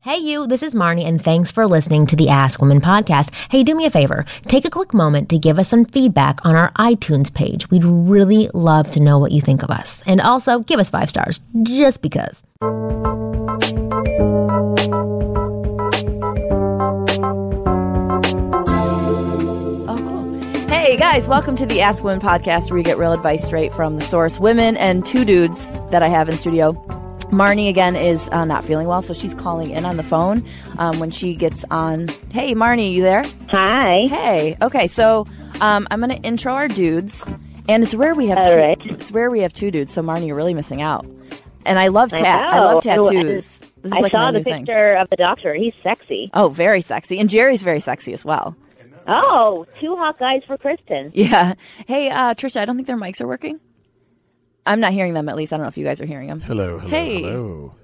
Hey, you, this is Marnie, and thanks for listening to the Ask Women podcast. Hey, do me a favor. Take a quick moment to give us some feedback on our iTunes page. We'd really love to know what you think of us. And also, give us five stars, just because. Hey guys, welcome to the Ask Women podcast where you get real advice straight from the source. Women and two dudes that I have in studio. Marnie again is uh, not feeling well, so she's calling in on the phone um, when she gets on. Hey Marnie, you there? Hi. Hey. Okay, so um, I'm gonna intro our dudes, and it's where we have All two, right. it's where we have two dudes. So Marnie, you're really missing out. And I love I tat. I, love know. tattoos. This is I like saw my the new thing. picture of the doctor. He's sexy. Oh, very sexy, and Jerry's very sexy as well. Oh, two hot guys for Kristen. Yeah. Hey, uh, Trisha, I don't think their mics are working. I'm not hearing them. At least I don't know if you guys are hearing them. Hello, hello, Hey. hello.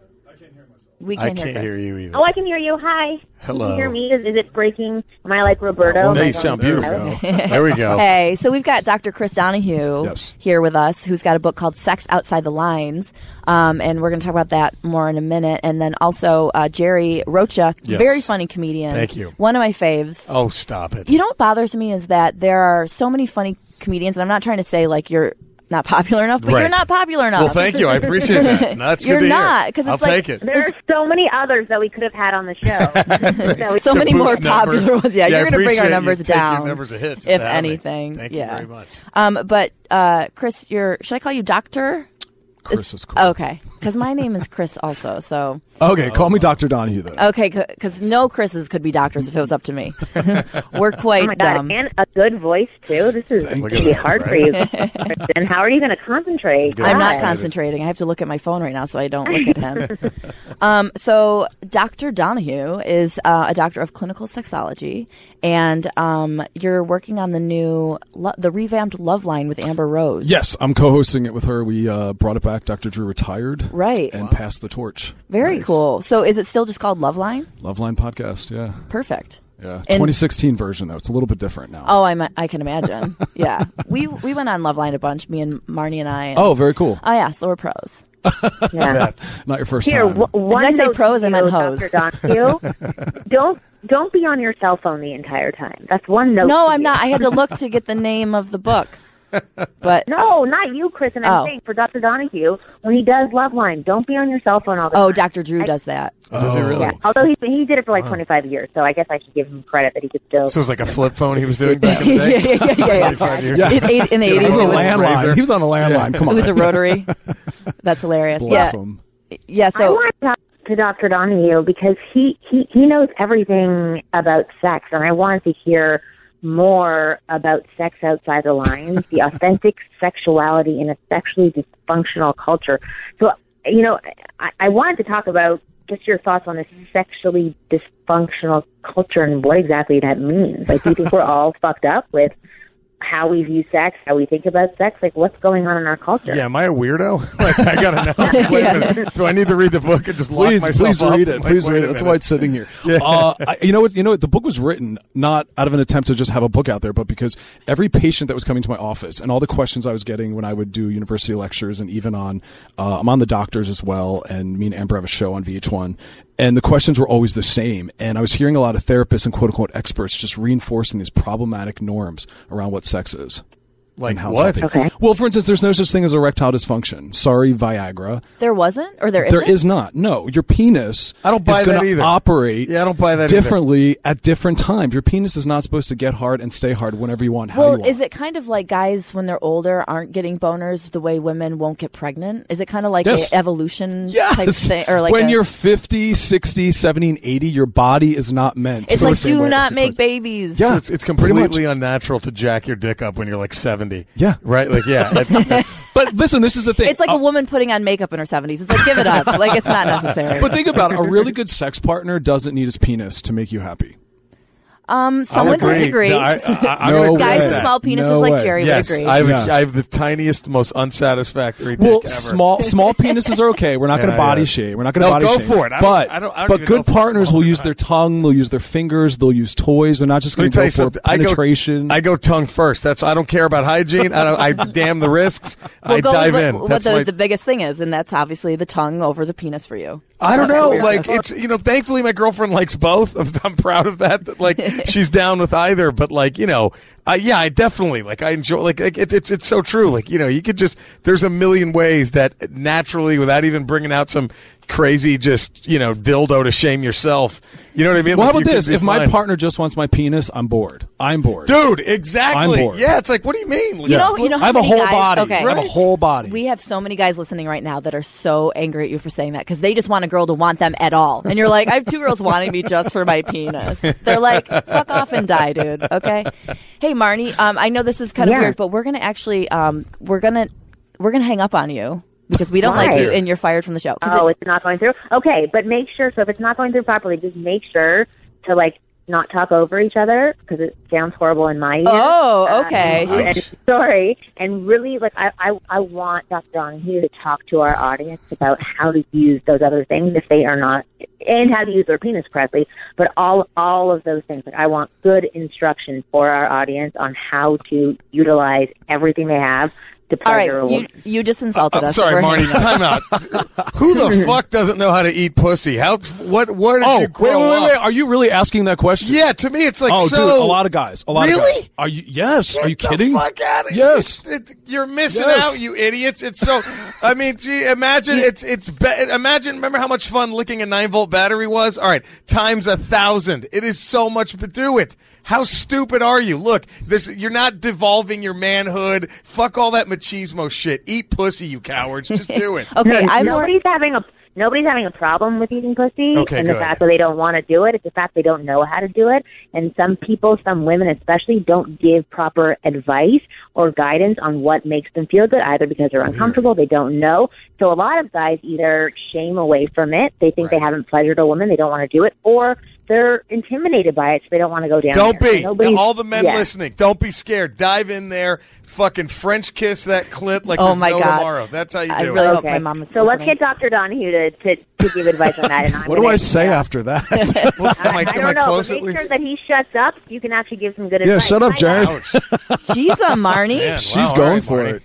We I can't, can't Chris. hear you either. Oh, I can hear you. Hi. Can Hello. you hear me? Is, is it breaking? Am I like Roberto? Am no, you I going sound through? beautiful. there we go. Hey, so we've got Dr. Chris Donahue Yes. here with us, who's got a book called Sex Outside the Lines. Um, and we're going to talk about that more in a minute. And then also uh, Jerry Rocha, Yes. very funny comedian. Thank you. One of my faves. Oh, stop it. You know what bothers me is that there are so many funny comedians, and I'm not trying to say like you're not popular enough, but you're Right. not popular enough. well, thank you. I appreciate that. No, that's You're good to not, hear. 'cause it's I'll like- take it. There are so many others that we could have had on the show. So we- so many more Boost numbers. popular ones. Yeah, I you're going to bring appreciate our you numbers taking down. Your numbers a hit, just if to have me. anything. Thank yeah. you very much. Um, but uh, Chris, you're should I call you Doctor? Chris is cool. Oh, Okay, because my name is Chris also. So Okay, call me Dr. Donahue then. okay, because no Chris's could be doctors if it was up to me. We're quite Oh my god, dumb. and a good voice too. This is Look going at to be that, hard for right? you, Kristen. How are you going to concentrate? Good. I'm God. not Excited. concentrating. I have to look at my phone right now so I don't look at him. um, so, Dr. Donahue is uh, a doctor of clinical sexology, and um, you're working on the new, lo- the revamped Love Line with Amber Rose. Yes, I'm co-hosting it with her. We uh, brought it back. Dr. Drew retired, Right. and passed the torch. Very cool. So, is it still just called Love Line? Loveline podcast, yeah, Perfect. yeah. And- 2016 version though. It's a little bit different now. Oh, I I can imagine. yeah, we we went on Love Line a bunch. Me and Marnie and I. And, Oh, very cool. oh yeah, so we're pros. Yeah. Not your first Here, time. w- one I say note pros? to I meant you, hoes. Dr. Donahue. don't don't be on your cell phone the entire time. That's one note. No, to I'm you. not. I had to look to get the name of the book, but No, not you, Chris. And I'm Oh. saying for Dr. Donahue, when he does Love Line, don't be on your cell phone all the oh, time. Dr. Drew does that. Oh, Does he really? Yeah. Although he he did it for like 25 years, so I guess I should give him credit that he could still. So it was like a flip phone he was doing back in the yeah, day. yeah, yeah, yeah, yeah. 25 years Yeah. In, eight- in the It eighties, was a it, was- landline. razor. He was on a landline. Come it on, was a rotary. That's hilarious. bless yeah, him. yeah. I So want to talk to Dr. Donahue because he, he he knows everything about sex, and I wanted to hear more about sex outside the lines, the authentic sexuality in a sexually dysfunctional culture. So, you know, I, I wanted to talk about just your thoughts on this sexually dysfunctional culture and what exactly that means. Like, do you think we're all fucked up with? How we view sex, how we think about sex, like what's going on in our culture. Yeah, am I a weirdo? Like, I gotta know. Wait a minute. Do I need to read the book and just lock please, myself please up? read it. Like, Please wait read a it. That's minute. why it's sitting here. Uh, I, you know what? You know what? The book was written not out of an attempt to just have a book out there, but because every patient that was coming to my office and all the questions I was getting when I would do university lectures and even on, uh, I'm on the doctors as well, and me and Amber have a show on VH1, and the questions were always the same. And I was hearing a lot of therapists and quote unquote experts just reinforcing these problematic norms around what sex is. Like and how what? it's healthy. Okay. Well, for instance, there's no such thing as erectile dysfunction. Sorry, Viagra. there wasn't, or there There isn't? is not. No, your penis. I don't buy is gonna that either. Operate. Yeah, I don't buy that either. differently at different times. Your penis is not supposed to get hard and stay hard whenever you want. How you Well, want. is it kind of like guys when they're older aren't getting boners the way women won't get pregnant? Is it kind of like Yes. a evolution Yes. type thing, or like when a- you're 50, 60, 70, and 80, your body is not meant. It's to like the same do way it not was make towards- babies. Yeah. So it's, it's completely unnatural to jack your dick up when you're like 70. Yeah. Right? Like, yeah. It's, it's, But listen, this is the thing. It's like Uh, a woman putting on makeup in her seventies. It's like give it up. like it's not necessary. But think about it. A really good sex partner doesn't need his penis to make you happy. um, someone agree. disagrees. No, I- I- I'm No gonna agree guys way. with that. small penises, No like way. Jerry, Yes, would agree. I have, Yeah. I have the tiniest, most unsatisfactory dick Well, ever. small small penises are okay. We're not going Yeah, to body yeah. shame. We're not going to No, body go shame. for it. I don't- but I don't- I don't but even know good if it's partners small will or use not. their tongue. They'll use their fingers. They'll use toys. They're not just Let me going tell to you go for something. I go, penetration. I go tongue first. That's I don't care about hygiene. I, don't, I damn the risks. We'll I go dive with in. What That's the, my, the biggest thing is, and that's obviously the tongue over the penis for you. I don't know. Like it's you know, thankfully my girlfriend likes both. I'm, I'm proud of that. That like she's down with either. But like you know, uh, yeah, I definitely like I enjoy like, like it, it's it's so true. Like you know, you could just there's a million ways that naturally without even bringing out some crazy just you know dildo to shame yourself. You know what I mean? Well, Like, how about you could this? be If my fine. partner just wants my penis, I'm bored. I'm bored. dude, exactly. I'm bored. Yeah, it's like what do you mean? You know, you know I how have a many whole guys- body. Okay. I have a Right. whole body. We have so many guys listening right now that are so angry at you for saying that because they just want a girl to want them at all. And you're like, I have two girls wanting me just for my penis. They're like, fuck off and die, dude. Okay. Hey, Marnie, um, I know this is kind of Yeah. weird, but we're going to actually, um, we're going to, we're going to hang up on you because we don't Why? like you and you're fired from the show. 'Cause Oh, it- it's not going through. Okay, but make sure. So if it's not going through properly, just make sure to like not talk over each other because it sounds horrible in my ear. oh, okay. Um, and sorry, and really, like I, I, I want Dr. Donahue to talk to our audience about how to use those other things if they are not, and how to use their penis correctly. But all, all of those things, like I want good instruction for our audience on how to utilize everything they have to all pleasure a right. You, woman. you just insulted I'm us. sorry, We're Marty. hanging up. Time out. Who the fuck doesn't know how to eat pussy? How? What? What did Oh, you wait, wait, grow wait, up? wait. Are you really asking that question? Yeah, to me, it's like Oh, so. dude, a lot of guys. A lot Really? of guys. Are you? Yes. Are you Get kidding? The fuck out of Yes. It, you're missing Yes. out, you idiots. It's so. I mean, gee, imagine it's it's be- imagine. Remember how much fun licking a nine volt battery was? All right, times a thousand. It is so much. But do it. How stupid are you? Look, this you're not devolving your manhood. Fuck all that machismo shit. Eat pussy, you cowards. Just do it. Okay. I'm nobody's having a nobody's having a problem with eating pussy Okay, and the good. fact that they don't want to do it it's the fact they don't know how to do it and some people some women especially don't give proper advice or guidance on what makes them feel good either because Oh, they're uncomfortable they don't know so a lot of guys either shame away from it they think they haven't pleasured a woman they don't want to do it or they're intimidated by it so they don't want to go down Don't there. be. Nobody's- All the men yeah. listening, don't be scared. Dive in there. Fucking French kiss that clit like Oh there's my no God. tomorrow. That's how you do I it. really hope my mom is so let's listening. get Dr. Donahue to, to, to give advice on that. And I'm What do gonna- I say after that? am I, I am don't I know. close but at make sure least? that he shuts up. You can actually give some good Yeah, advice. shut up, I- Jared. Ouch. Jeez, uh, Marnie. Man, She's wow, all going right, for Marty. it.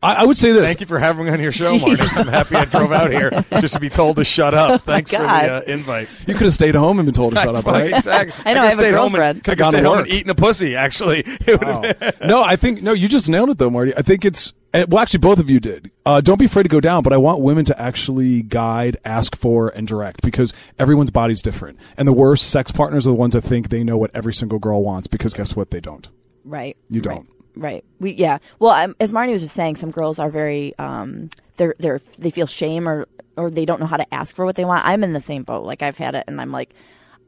I, I would say this. Thank you for having me on your show, Marty. I'm happy I drove out here just to be told to shut up. Thanks for the God. uh, invite. You could have stayed home and been told to shut up, right? Exactly. I know, I have could've a stayed home girlfriend. and Could've Could've gone to stayed home and work. eaten a pussy. Actually, It would've been- no, I think no. You just nailed it though, Marty. I think it's and- well, actually, both of you did. Uh, don't be afraid to go down, but I want women to actually guide, ask for, and direct because everyone's body's different, and the worst sex partners are the ones that think they know what every single girl wants because guess what? They don't. Right. You Right. don't. Right. We yeah. Well, um, as Marnie was just saying, some girls are very um they're they're they feel shame or or they don't know how to ask for what they want. I'm in the same boat. Like I've had it and I'm like,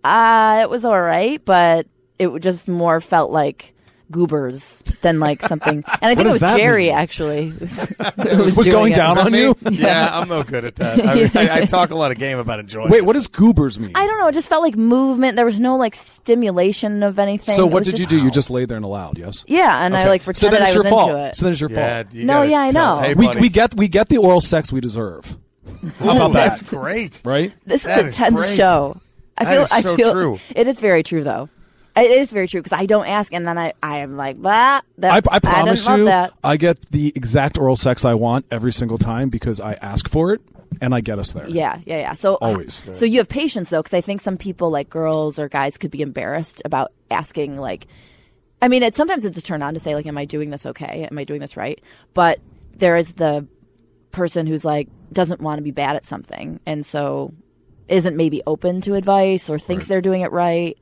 "Ah, it was all right, but it w- just more felt like goobers than like something." And I think it does was that Jerry mean? actually. who Was, who Was doing going it. down Is that on me? you? Yeah, I'm no good at that. I, I, I talk a lot of game about enjoying. Wait, what does goobers mean? I don't know. It just felt like movement. There was no like stimulation of anything. so It what was did you just- do? You just laid there and allowed, yes? Yeah, and I Okay. like so pretended then it's I was your fault. into it. So then it's your Yeah, fault. you No, gotta yeah, I tell- know. Hey, we, buddy. we get we get the oral sex we deserve, Ooh, about that? That's great. right? This is That a is tense great. show. I That feel. is so I feel. true. It is very true, though. It is very true because I don't ask, and then I, I am like, blah. That, I, I didn't promise love you, that. I get the exact oral sex I want every single time because I ask for it and I get us there. Yeah, yeah, yeah. So uh, Always. So you have patience though, because I think some people, like girls or guys, could be embarrassed about asking. Like, I mean, it sometimes it's a turn on to say, like, "Am I doing this okay? Am I doing this right?" But there is the person who's like doesn't want to be bad at something, and so isn't maybe open to advice or thinks they're doing it right.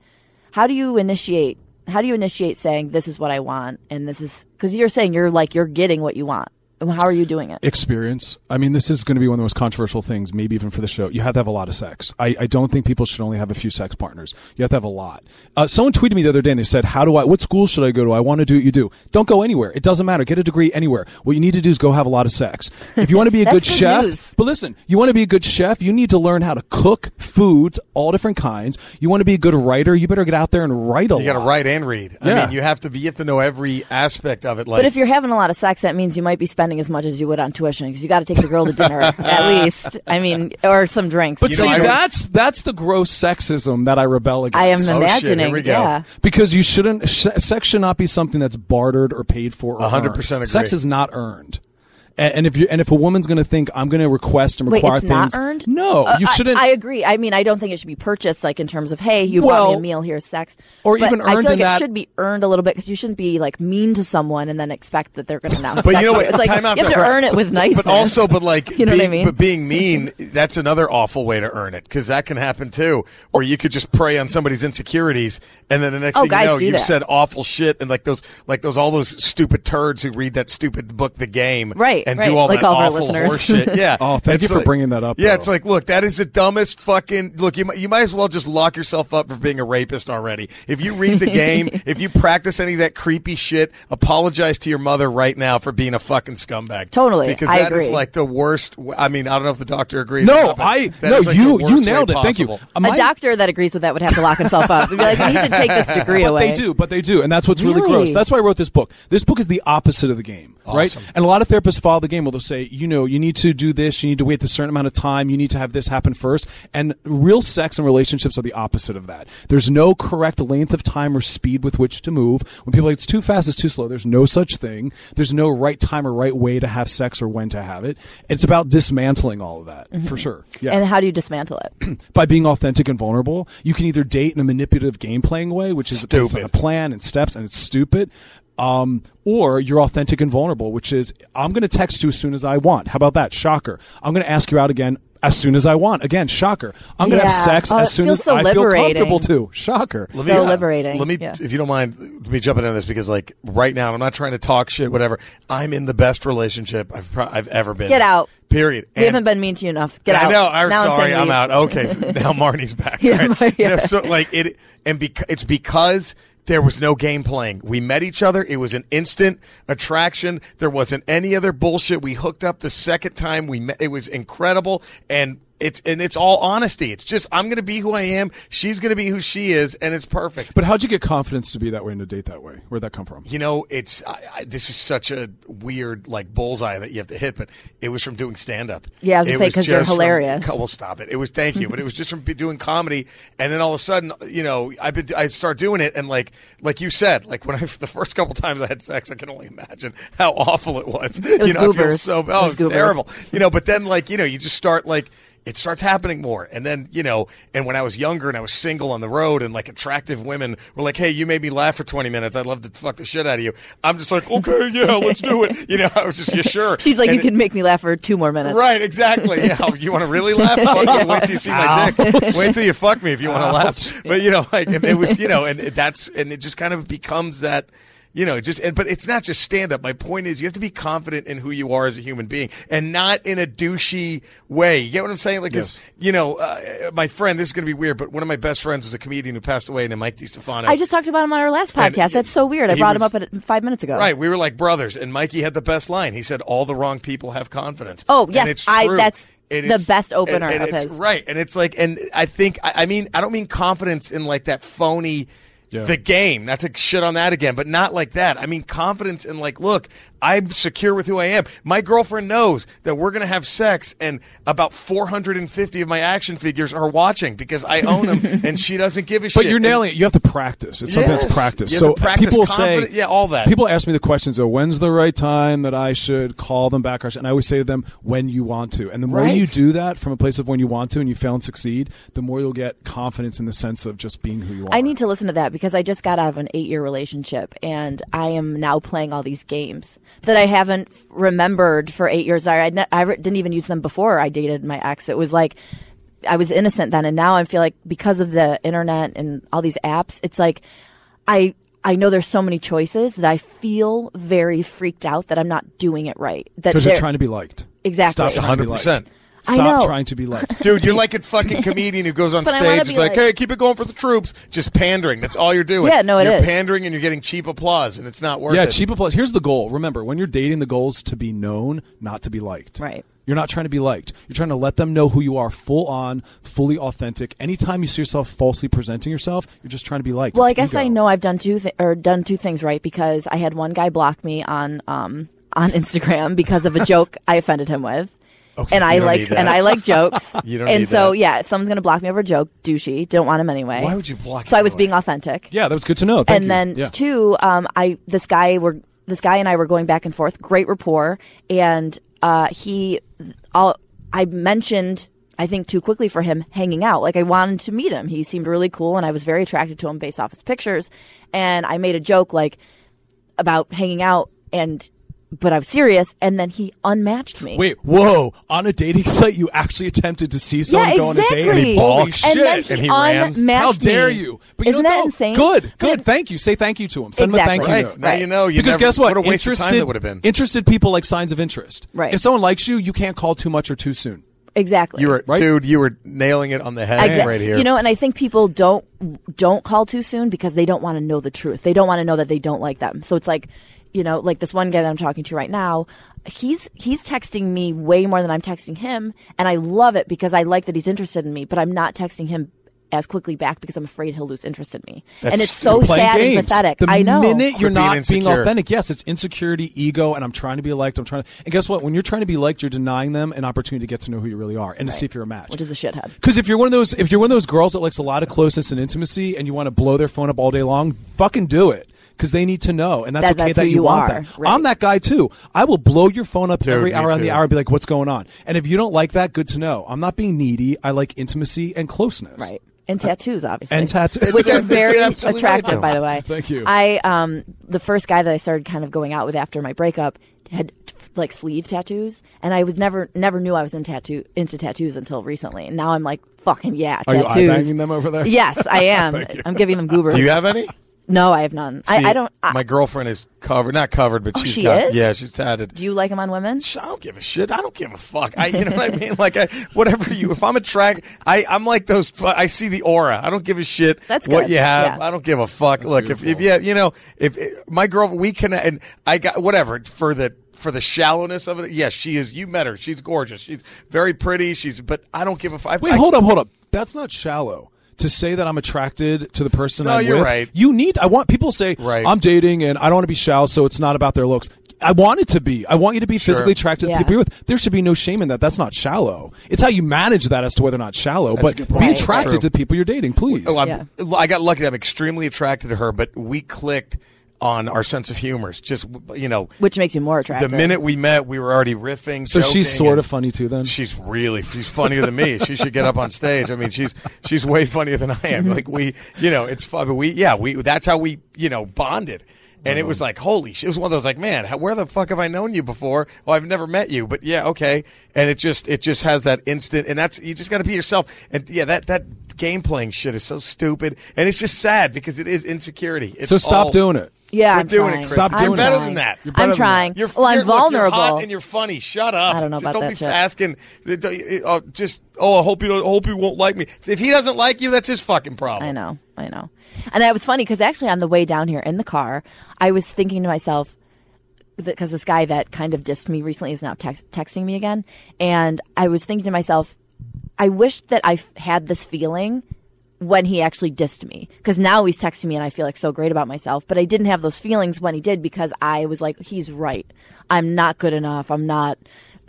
How do you initiate? How do you initiate saying this is what I want and this is because you're saying you're like you're getting what you want. How are you doing it? experience. I mean, this is going to be one of the most controversial things, maybe even for the show. You have to have a lot of sex. I, I don't think people should only have a few sex partners. You have to have a lot. Uh, someone tweeted me the other day and they said, "How do I? What school should I go to? I want to do what you do. Don't go anywhere. It doesn't matter. Get a degree anywhere. What you need to do is go have a lot of sex. If you want to be a That's good good chef, news. but listen, you want to be a good chef, you need to learn how to cook foods, all different kinds. You want to be a good writer, you better get out there and write a lot. You got to write and read. I Yeah. mean, you have to be. You have to know every aspect of it. Like, But if you're having a lot of sex, that means you might be spending as much as you would on tuition because you got to take the girl to dinner at least. I mean, or some drinks. But You know, see, I was- that's that's the gross sexism that I rebel against. I am oh, shit, here imagining. we go. Yeah. Because you shouldn't sh- sex should not be something that's bartered or paid for. Or 100% earned. agree. Sex is not earned. And, and if you and if a woman's going to think I'm going to request and Wait, require it's things, not earned? no, Uh, you I- shouldn't. I, agree. I mean, I don't think it should be purchased, like in terms of, hey, you bought me Well, a meal, here's sex. or But even I feel earned like in it that- should be earned a little bit because you shouldn't be like mean to someone and then expect that they're going to now. But you know what? It's like, Time out you have to though. earn it with niceness. But also, but like, You know what I being, mean? But being mean, that's another awful way to earn it because that can happen too, where you could just prey on somebody's insecurities, and then the next Oh, thing you guys know, do you've that. said awful shit, and like those, like those, all those stupid turds who read that stupid book, The Game, Right, and right, do all like that all of our awful listeners. horse shit. Yeah. Oh, thank you It's for bringing that up, Yeah, though. it's like, look, that is the dumbest fucking look. You might, you might as well just lock yourself up for being a rapist already. If you read The Game, if you practice any of that creepy shit, apologize to your mother right now for being a fucking scumbag. Totally. Because I that is agree. like the worst. w- I mean, I don't know if the doctor agrees. or no, not, but I that no is, like, the you you worst way nailed it. Thank you. possible. Uh, a my- doctor that agrees with that would have to lock himself up. They'd be like, you need to take this degree But away. they do, but they do, and that's what's really, Really? gross. That's why I wrote this book. This book is the opposite of the game, right? And a lot of therapists follow the game. Where they'll say, you know, you need to do this, you need to wait a certain amount of time, you need to have this happen first. And real sex and relationships are the opposite of that. There's no correct length of time or speed with which to move. When people are like it's too fast, it's too slow. There's no such thing. There's no right time or right way to have sex or when to have it. It's about dismantling all of that for sure. Yeah Mm-hmm. And how do you dismantle it? by being authentic and vulnerable. You can either date in a manipulative game playing way, which is based on Stupid. a plan and steps, and it's stupid. Um, or you're authentic and vulnerable, which is I'm going to text you as soon as I want. How about that? Shocker. I'm going to ask you out again as soon as I want. Again, shocker. I'm going to Yeah. have sex Oh, as it soon feels as so I liberating. feel comfortable too. Shocker. Let me- So liberating. Let me, Yeah. if you don't mind, let me jump into this because, like, right now, I'm not trying to talk shit, whatever. I'm in the best relationship I've pro- I've ever been. Get in. out. Period. We And- haven't been mean to you enough. Get out. I know. I'm Now sorry. saying I'm, leave. out. Okay. So now Marnie's back. Yeah, right? Marnie, yeah. No, so like it, and bec- it's because there was no game playing. We met each other. It was an instant attraction. There wasn't any other bullshit. We hooked up the second time we met. It was incredible. And it's, and it's all honesty. It's just, I'm going to be who I am. She's going to be who she is. And it's perfect. But how'd you get confidence to be that way and to date that way? Where'd that come from? You know, it's I, I, this is such a weird like bullseye that you have to hit, but it was from doing stand up. Yeah, I was gonna say, 'cause you're hilarious. well, stop it. It was thank you, but it was just from be- doing comedy, and then all of a sudden, you know, I've been I start doing it, and like like you said, like when I the first couple times I had sex, I can only imagine how awful it was. It was you know, I feel goobers. so It oh, was it's goobers. terrible you know but then like you know you just start like it starts happening more and then you know and when i was younger and i was single on the road and like attractive women were like hey you made me laugh for 20 minutes i'd love to fuck the shit out of you i'm just like okay yeah let's do it you know i was just yeah sure She's like, And you can make me laugh for two more minutes. Right, exactly. Yeah, you want to really laugh? Fuck you. Wait till you see my dick. Wait till you fuck me if you want to laugh. But you know, like and it was, you know, and it- that's and it just kind of becomes that. You know, just and but it's not just stand up. My point is, you have to be confident in who you are as a human being, and not in a douchey way. You get what I'm saying? Like, 'cause, you know, uh, my friend, this is going to be weird, but one of my best friends is a comedian who passed away, and Mike DiStefano. I just talked about him on our last And podcast. That's so weird. I he brought him was- up at five minutes ago. Right, we were like brothers, and Mikey had the best line. He said, "All the wrong people have confidence." Oh, And yes, it's I- true. that's And the it's- best opener and, and of it's- his. Right, and it's like, and I think, I, I mean, I don't mean confidence in like that phony. Yeah. The game, not to shit on that again, but not like that. I mean, confidence in like, look, I'm secure with who I am. My girlfriend knows that we're going to have sex, and about 450 of my action figures are watching because I own them, and she doesn't give a shit. But you're And- nailing it. You have to practice. It's something Yes. that's practice. You have so to practice people confident- say, yeah, all that. People ask me the questions of when's the right time that I should call them back, or- and I always say to them when you want to. And the more Right. you do that from a place of when you want to, and you fail and succeed, the more you'll get confidence in the sense of just being who you are. I need to listen to that because I just got out of an eight year relationship and I am now playing all these games that I haven't remembered for eight years. I, I, ne- I re- didn't even use them before I dated my ex. It was like I was innocent then. And now I feel like because of the internet and all these apps, it's like I. I know there's so many choices that I feel very freaked out that I'm not doing it right. That because you're there- trying to be liked. Exactly. Stop trying to be liked. 100%. Stop know. trying to be liked. Dude, you're like a fucking comedian who goes on But I stage. wanna It's be like, like- hey, keep it going for the troops. Just pandering. That's all you're doing. Yeah, no, it you're is. pandering and you're getting cheap applause, and it's not worth yeah, it. cheap applause. Here's the goal. Remember, when you're dating, the goal is to be known, not to be liked. Right. You're not trying to be liked. You're trying to let them know who you are, full on, fully authentic. Anytime you see yourself falsely presenting yourself, you're just trying to be liked. Well, It's I guess ego. I know I've done two th- or done two things right because I had one guy block me on um on Instagram because of a joke I offended him with. and I you don't like need that. and I like jokes. You don't and need so that. yeah, if someone's gonna block me over a joke, douchey, don't want him anyway. Why would you block So I him was over being authentic. Yeah, that was good to know. Thank and you. then Yeah. two, um, I this guy were this guy and I were going back and forth, great rapport, and uh, he, all, I mentioned, I think too quickly for him hanging out. Like I wanted to meet him. He seemed really cool, and I was very attracted to him based off his pictures. And I made a joke like about hanging out, and but I was serious. And then he unmatched me. Wait, whoa! On a dating site, you actually attempted to see someone Yeah, go on a date, exactly. holy And shit! then he unmatched How dare me. you? But you Isn't know, that no, insane? Good, But good. it- thank you. Say thank you to him. Send him a Exactly. thank Right. you. note. Now you know. You because never- guess What what? a waste of interested, time that would have been. Interested people like signs of interest. Right. If someone likes you, you can't call too much or too soon. Exactly. You were, Right? dude. You were nailing it on the head Exact- right here. You know, and I think people don't don't call too soon because they don't want to know the truth. They don't want to know that they don't like them. So it's like, you know, like this one guy that I'm talking to right now, he's he's texting me way more than I'm texting him, and I love it because I like that he's interested in me, but I'm not texting him as quickly back because I'm afraid he'll lose interest in me. and That's- it's so You're playing sad games. and pathetic. The I know. minute you're being not being, insecure. authentic, yes, it's insecurity, ego, and I'm trying to be liked. I'm trying to. And guess what? When you're trying to be liked, you're denying them an opportunity to get to know who you really are and to see if you're a match. which is a shithead. Because if you're one of those, if you're one of those girls that likes a lot of closeness and intimacy, and you want to blow their phone up all day long, fucking do it. Because they need to know, and that's That- okay that's that who you, you want are, that. right. I'm that guy too. I will blow your phone up every me hour on the too. hour, and be like, "What's going on?" And if you don't like that, good to know. I'm not being needy. I like intimacy and closeness. Right. And tattoos, obviously. and tattoos. Which are You're very absolutely right, attractive, though. by the way. Thank you. I, um, the first guy that I started kind of going out with after my breakup had like sleeve tattoos, and I was never, never knew I was in tattoo, into tattoos until recently. And now I'm like, fucking yeah, Are you tattoos. eye-banging them over there? Yes, I am. I'm giving them goobers. Do you have any? No, I have none. See, I, I don't. I, Oh, my girlfriend is covered, not covered, but she's she got. is? Yeah, she's tatted. do you like them on women? I don't give a shit. I don't give a fuck. I, you know what I mean? Like, I, whatever you, if I'm attracted, I, I'm like those, I see the aura. I don't give a shit That's what good. you have. Yeah. I don't give a fuck. Look, if, if yeah, you know, if, if my girl, we can, and I got, whatever, for the, for the shallowness of it, yes, she is. You met her. She's gorgeous. She's very pretty. She's, but I don't give a fuck. Wait, hold up, hold up. That's not shallow. To say that I'm attracted to the person No, I'm you're with, right. you need. I want people to say Right. I'm dating and I don't want to be shallow, so it's not about their looks. I want it to be. I want you to be physically attracted to the Yeah. people you're with. There should be no shame in that. That's not shallow. It's how you manage that as to whether or not shallow. That's a good but point. be Right. attracted True. to the people you're dating, please. Oh, I'm, I got lucky. I'm extremely attracted to her, but we clicked on our sense of humor. It's just, you know, Which makes you more attractive. the minute we met, we were already riffing. so she's joking, sort and- of funny too. Then She's really she's funnier than me. She should get up on stage. I mean, she's she's way funnier than I Mm-hmm. am. Like we, you know, it's fun. But we, yeah, we that's how we, you know, bonded. And it Mm-hmm. was like, holy shit! It was one of those like, man, how, where the fuck have I known you before? Well, I've never met you, but yeah, okay. And it just it just has that instant, and that's you just got to be yourself. And yeah, that that game playing shit is so stupid, and it's just sad because it is insecurity. It's so stop all- doing it. yeah, We're I'm doing it, trying. Chris. Stop I'm doing it. trying. You're better than that. You're better I'm than that. trying. You're, well, I'm you're- look, vulnerable. You're hot and you're funny. Shut up. I don't know Just about don't that be shit. asking. Oh, just oh, I hope you don't. I hope you won't like me. If he doesn't like you, that's his fucking problem. I know, I know. And it was funny because actually on the way down here in the car, I was thinking to myself, because this guy that kind of dissed me recently is now tex- texting me again, and I was thinking to myself, I wish that I f- had this feeling when he actually dissed me because now he's texting me and I feel like so great about myself. But I didn't have those feelings when he did because I was like, he's right. I'm not good enough. I'm not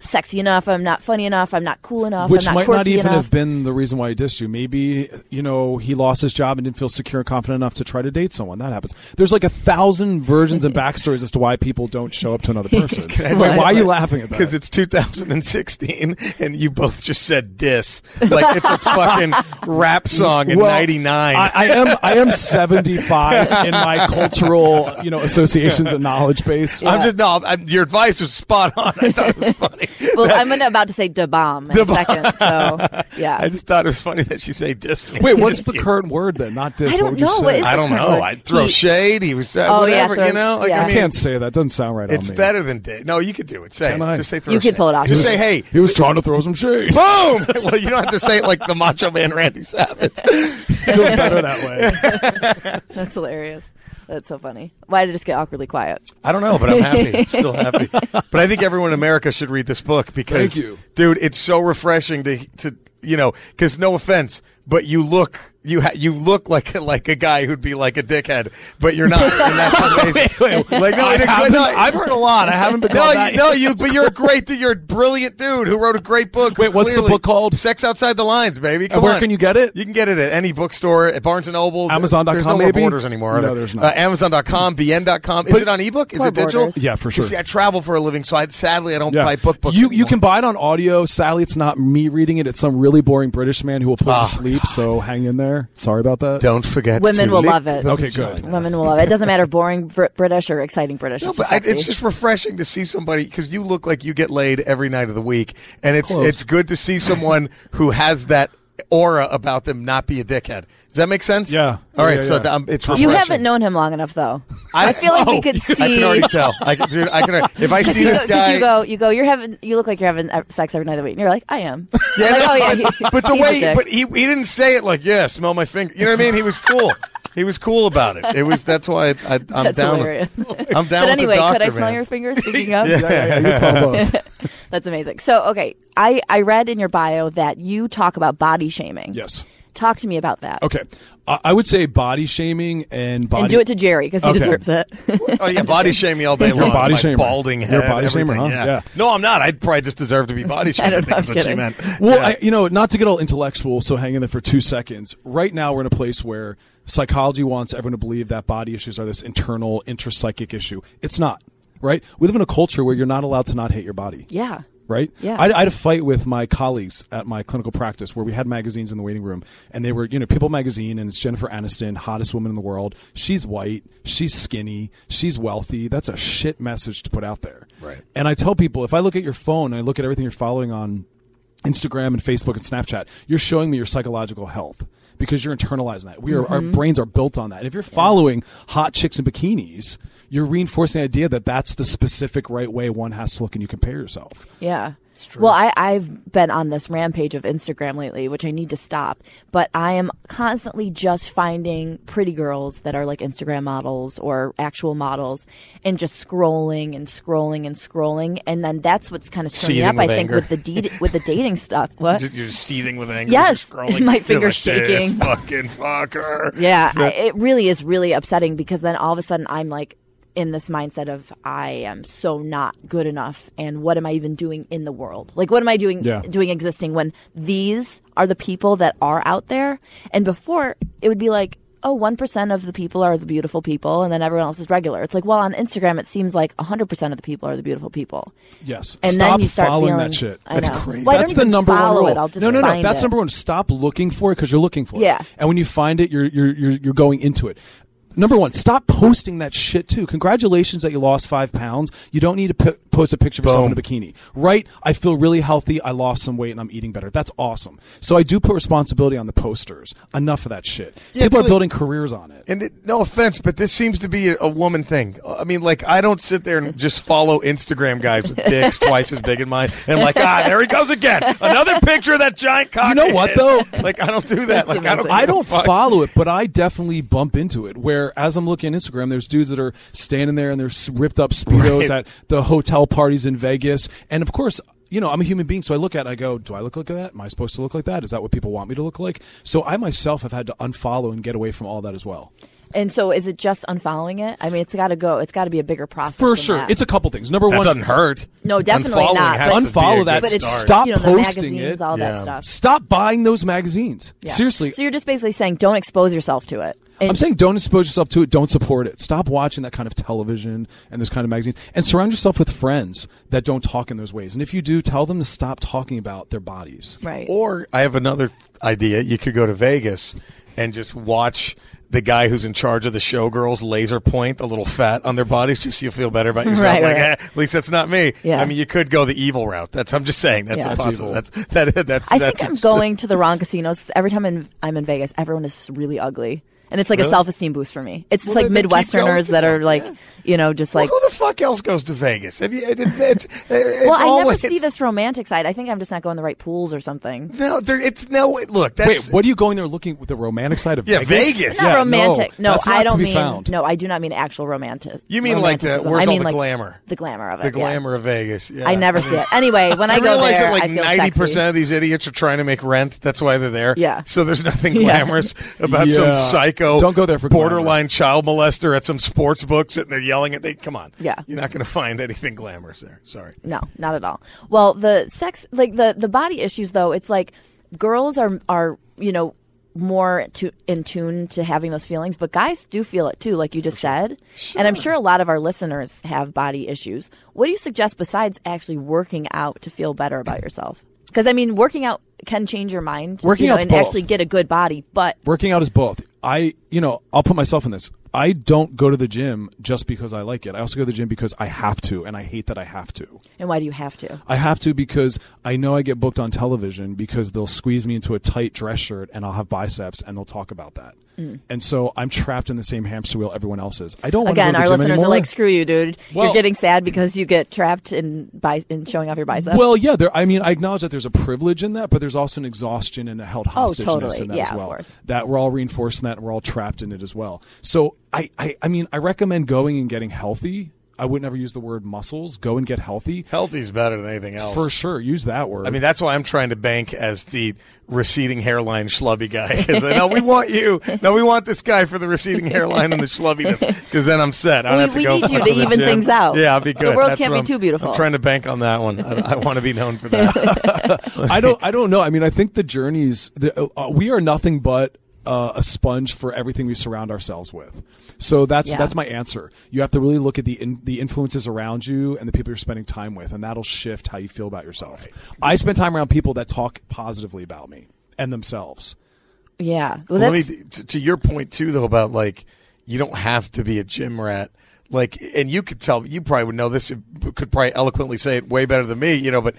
sexy enough. I'm not funny enough. I'm not cool enough. Which I'm not might not quirky even enough. have been the reason why he dissed you. Maybe you know he lost his job and didn't feel secure and confident enough to try to date someone. That happens. There's like a thousand versions and backstories as to why people don't show up to another person. Like, why are you laughing at Because that? it's 2016, and you both just said "diss" like it's a fucking rap song in Well, '99. I, I am I am 75 in my cultural you know associations and knowledge base. I'm just no. I'm, your advice was spot on. I thought it was funny. Well, I'm gonna- about to say da bomb in a second. So yeah, I just thought it was funny that she said "diss." me. Wait, what's the current word then? Not dis. I what don't would you know. say? What is I don't know. I throw He- shade. He was uh, Oh, yeah, whatever. throw- you know, like yeah. I I mean, can't say that. Doesn't sound right. It's on me. better than di- no. You could do it. Say Can it. I? Just say throw. You could shade. pull it off. Just He say was- hey. He was trying to throw some shade. It Boom! well, you don't have to say it like the Macho Man Randy Savage. feels better that way. that's hilarious. That's so funny. Why did it just get awkwardly quiet? I don't know, but I'm happy. I'm still happy. But I think everyone in America should read this book because, Thank you. dude, it's so refreshing to to you know. Because no offense, but you look you ha- you look like like a guy who'd be like a dickhead, but you're not. And that's amazing. Wait, wait, like no, I it- haven't- no, I've heard a lot. I haven't been no, called you, that. no, you. But you're a great, dude, you're a brilliant dude who wrote a great book. Wait, what's the clearly. book called? Sex Outside the Lines, baby. Come where on. can you get it? You can get it at any bookstore, at Barnes and Noble, Amazon.com There's no more maybe? borders anymore. are No, there? there's not. Uh, Amazon.com, BN.com. Is But- it on ebook? Is More it digital? borders. Yeah, for You See, sure. I travel for a living, so I sadly I don't buy book books. You you anymore. can buy it on audio. Sally, it's not me reading it. It's some really boring British man who will put Oh, you to sleep. So hang in there. Sorry about that. Don't forget. Women to will lick love it. the Okay, vagina. good. Women will love it. It doesn't matter boring Br- British or exciting British. No, it's, just but I, it's sexy. just refreshing to see somebody because you look like you get laid every night of the week, and it's Close. it's good to see someone who has that aura about them not be a dickhead. Does that make sense? Yeah. All right. Yeah, so yeah. th- um, it's refreshing. you haven't known him long enough, though. I, feel like we could see. Oh, I can already tell. I can, dude, I can. already- If I see you, this go- 'cause guy, you go, you go. You're having, you look like you're having uh, sex every night of the week, and you're like, I am. Yeah, Like, no, oh yeah. but- he- but the he's a way, dick. but he, he didn't say it like, yeah, smell my finger. You know what I mean? He was cool. he was cool about it. It was that's why I, I, I'm that's down. hilarious. With, I'm down but with anyway, the doctor, could I smell man. your finger? Speaking of, Yeah, yeah, yeah, you can follow both. that's amazing. So okay, I I read in your bio that you talk about body shaming. Yes. Talk to me about that. Okay. I, I would say body shaming and body. And do it to Jerry because he Okay. deserves it. Oh yeah, body shame me all day You're a long. body my shamer. balding You're head. a body shamer, everything, huh? Yeah. Yeah. No, I'm not. I probably just deserve to be body shamed. don't know, That's I'm what she kidding. meant. Well, Yeah. I, you know, not to get all intellectual, so hang in there for two seconds. Right now, we're in a place where psychology wants everyone to believe that body issues are this internal, intrapsychic issue. It's not, right? We live in a culture where you're not allowed to not hate your body. Yeah. Right? Yeah. I, I had a fight with my colleagues at my clinical practice where we had magazines in the waiting room, and they were, you know, People Magazine, and it's Jennifer Aniston, hottest woman in the world. She's white, she's skinny, she's wealthy. That's a shit message to put out there. Right. And I tell people if I look at your phone and I look at everything you're following on Instagram and Facebook and Snapchat, you're showing me your psychological health because you're internalizing that. We are, our Mm-hmm. brains are built on that. And if you're following hot chicks in bikinis, you're reinforcing the idea that that's the specific right way one has to look and you compare yourself. Yeah. Well, I, I've been on this rampage of Instagram lately, which I need to stop. But I am constantly just finding pretty girls that are like Instagram models or actual models and just scrolling and scrolling and scrolling. And then that's what's kind of turning me Seething up, I with think, anger. with the de- with the dating stuff. What? Just- you're just seething with anger. Yes. just scrolling. My You're finger's like, "This shaking." Fucking fucker. Yeah, I, it really is really upsetting because then all of a sudden I'm like in this mindset of I am so not good enough and what am I even doing in the world? Like what am I doing Yeah. doing existing when these are the people that are out there? And before it would be like Oh, 1% of the people are the beautiful people, and then everyone else is regular. It's like, well, on Instagram, it seems like 100% of the people are the beautiful people. Yes. And Stop then you start following feeling- that shit. I that's know. crazy. Well, I that's don't the even number one follow rule. it, I'll just no, no, no. find That's it. number one. Stop looking for it because you're looking for Yeah. it. And when you find it, you're you're you're, you're going into it. Number one, stop posting that shit too. Congratulations that you lost five pounds. You don't need to p- post a picture of yourself in a bikini, right? I feel really healthy. I lost some weight and I'm eating better. That's awesome. So I do put responsibility on the posters. Enough of that shit. Yeah, People it's are like- building careers on it. And it, no offense, but this seems to be a, a woman thing. I mean, like I don't sit there and just follow Instagram guys with dicks twice as big in mine, and like ah, there he goes again, another picture of that giant cock. You know of what, his. though? Like I don't do that. Like I don't. I don't fuck. follow it, but I definitely bump into it. Where as I'm looking at Instagram, there's dudes that are standing there and they're s- ripped up speedos Right. at the hotel parties in Vegas, and of course. You know, I'm a human being, so I look at it, I go, do I look like that? Am I supposed to look like that? Is that what people want me to look like? So I myself have had to unfollow and get away from all that as well. And so, is it just unfollowing it? I mean, it's got to go, it's got to be a bigger process. For than sure. that. It's a couple things. Number That one, doesn't hurt. No, definitely Unfollowing not, Has but- to be a Unfollow good that. but it's start. Stop you know, the posting magazines, it. all Yeah. that stuff. stop buying those magazines. Yeah. Seriously. So you're just basically saying don't expose yourself to it. And I'm saying don't expose yourself to it. Don't support it. Stop watching that kind of television and those kind of magazines. And surround yourself with friends that don't talk in those ways. And if you do, tell them to stop talking about their bodies. right. Or I have another idea. You could go to Vegas and just watch the guy who's in charge of the showgirls laser point a little fat on their bodies just so you feel better about yourself. Right, like, right. "Eh, at least that's not me. Yeah. I mean, you could go the evil route. That's I'm just saying that's Yeah. That's impossible. evil. That's, that, that's I that's think I'm going to the wrong casinos. 'cause Every time I'm, I'm in Vegas, everyone is really ugly. and it's like a self-esteem boost for me. It's just Well, like then- then keep going, Midwesterners keep that are going, like, you know, just like. well, who the fuck else goes to Vegas? Have you, it, it, it's, it's well, I never always- see this romantic side. I think I'm just not going the right pools or something. No, there, it's no. Look, that's Wait, what are you going there looking with the romantic side of Yeah, Vegas? Vegas. Not Yeah, no, romantic. No, that's I not to don't be mean. found. No, I do not mean actual romantic. You mean like the- romanticism. where's I all mean the like glamour? The glamour of it. the yeah. glamour of Vegas. Yeah. I never see it. Anyway, when I, I go realize there, that like I feel ninety sexy. percent of these idiots are trying to make rent. That's why they're there. Yeah. So there's nothing Yeah. glamorous about Yeah. some psycho. Don't go there for glamour. borderline child molester at some sports book sitting there yelling at. They come on. Yeah. You're not going to find anything glamorous there. Sorry. No, not at all. Well, the sex, like the the body issues, though, it's like girls are are you know more to, in tune to having those feelings, but guys do feel it too, like you just said. And I'm sure a lot of our listeners have body issues. What do you suggest besides actually working out to feel better about yourself? Because I mean, working out can change your mind, Working you know, out's and both. actually get a good body, but Working out is both. I, you know, I'll put myself in this. I don't go to the gym just because I like it. I also go to the gym because I have to, and I hate that I have to. and why do you have to? I have to because I know I get booked on television because they'll squeeze me into a tight dress shirt and I'll have biceps and they'll talk about that. Mm. And so I'm trapped in the same hamster wheel everyone else is. I don't want Again, to go to the our gym listeners are anymore. like, "Screw you, dude! You're Well- getting sad because you get trapped in bi- in showing off your biceps." Well, yeah, there. I mean, I acknowledge that there's a privilege in that, but there's also an exhaustion and a held hostageness Oh, totally. in that Yeah, as of well. course. That we're all reinforcing that, and we're all trapped in it as well. So, I, I, I mean, I recommend going and getting healthy. I would never use the word muscles. Go and get healthy Healthy's better than anything else. for sure. Use that word. I mean, that's why I'm trying to bank as the receding hairline schlubby guy. 'Cause, uh, no, we want you. No, we want this guy for the receding hairline and the schlubbiness. Because then I'm set. I don't We- have to we go need you back to the even gym. things out. Yeah, I'll be The good. world That's can't what be I'm- too beautiful. I'm trying to bank on that one. I, I want to be known for that. I don't. I don't know. I mean, I think the journeys. The, uh, we are nothing but uh, a sponge for everything we surround ourselves with. So that's Yeah. that's my answer. You have to really look at the in, the influences around you and the people you're spending time with, and that'll shift how you feel about yourself. I spend time around people that talk positively about me and themselves. yeah, well, Let that's me, to, to your point too, though, about like you don't have to be a gym rat. Like, and you could tell, you probably would know this, you could probably eloquently say it way better than me, you know, but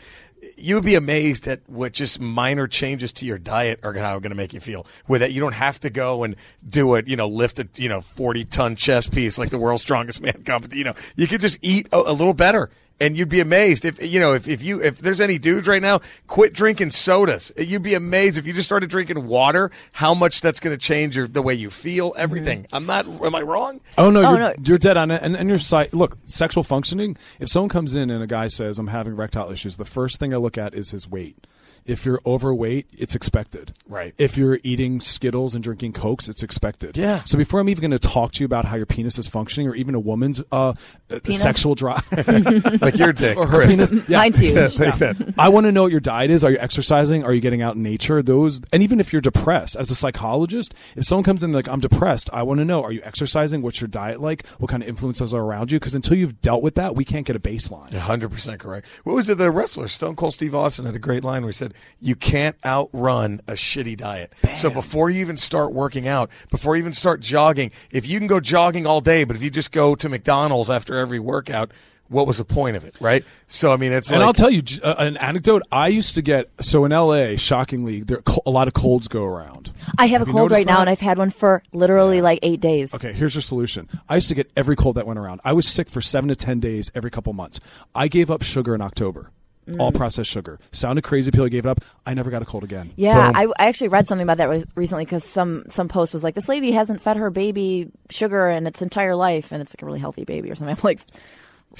you would be amazed at what just minor changes to your diet are going to make you feel. With that, you don't have to go and do it, you know, lift a, you know, 40 ton chest piece like the world's strongest man competition. You know, you could just eat a, a little better and you'd be amazed if you know if, if you if there's any dudes right now quit drinking sodas you'd be amazed if you just started drinking water how much that's going to change your the way you feel everything Mm-hmm. i'm not am i wrong Oh no, Oh, you're, no. you're dead on it. And, and your site, look, sexual functioning. If someone comes in and a guy says, "I'm having erectile issues," the first thing I look at is his weight. If you're overweight, it's expected. Right. If you're eating Skittles and drinking Cokes, it's expected. Yeah. So before I'm even going to talk to you about how your penis is functioning, or even a woman's uh, Penis? sexual drive, like your dick or her Chris. penis, yeah. mine's huge. like that I want to know what your diet is. Are you exercising? Are you getting out in nature? Those, and even if you're depressed, as a psychologist, if someone comes in like I'm depressed, I want to know: Are you exercising? What's your diet like? What kind of influences are around you? Because until you've dealt with that, we can't get a baseline. 100% correct what was it the wrestler stone cold steve austin had a great line where he said you can't outrun a shitty diet so before you even start working out before you even start jogging if you can go jogging all day but if you just go to mcdonald's after every workout what was the point of it right so i mean it's And like, I'll tell you j- uh, an anecdote. I used to get so in LA, shockingly, there co- a lot of colds go around. I have, a you cold noticed right now, that? and I've had one for literally like eight days. Okay, here's your solution. I used to get every cold that went around. I was sick for seven to ten days every couple months. I gave up sugar in October. Mm. All processed sugar. Sounded crazy. People gave it up. I never got a cold again. Yeah, Boom. I, I actually read something about that re- recently because some some post was like, "This lady hasn't fed her baby sugar in its entire life, and it's like a really healthy baby or something." I'm like,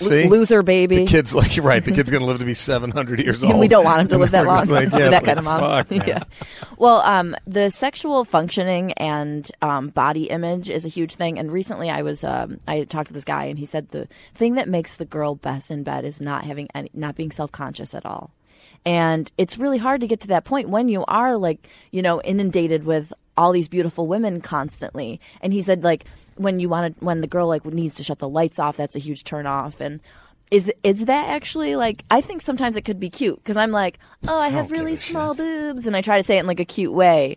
"Lo- See? loser baby. The oh. kid's like, you're right, the kid's going to live to be 700 years And old. we don't want him to And live then that we're long. just like, yeah, that like, kind of mom. fuck, man. yeah. Well, um, the sexual functioning and um, body image is a huge thing. And recently, I was um, I talked to this guy, and he said the thing that makes the girl best in bed is not having any, not being self conscious at all. And it's really hard to get to that point when you are like you know inundated with all these beautiful women constantly. And he said like when you want to when the girl like needs to shut the lights off, that's a huge turn off. And is is that actually like I think sometimes it could be cute because I'm like, oh, I have give really a shit. small boobs, and I try to say it in like a cute way,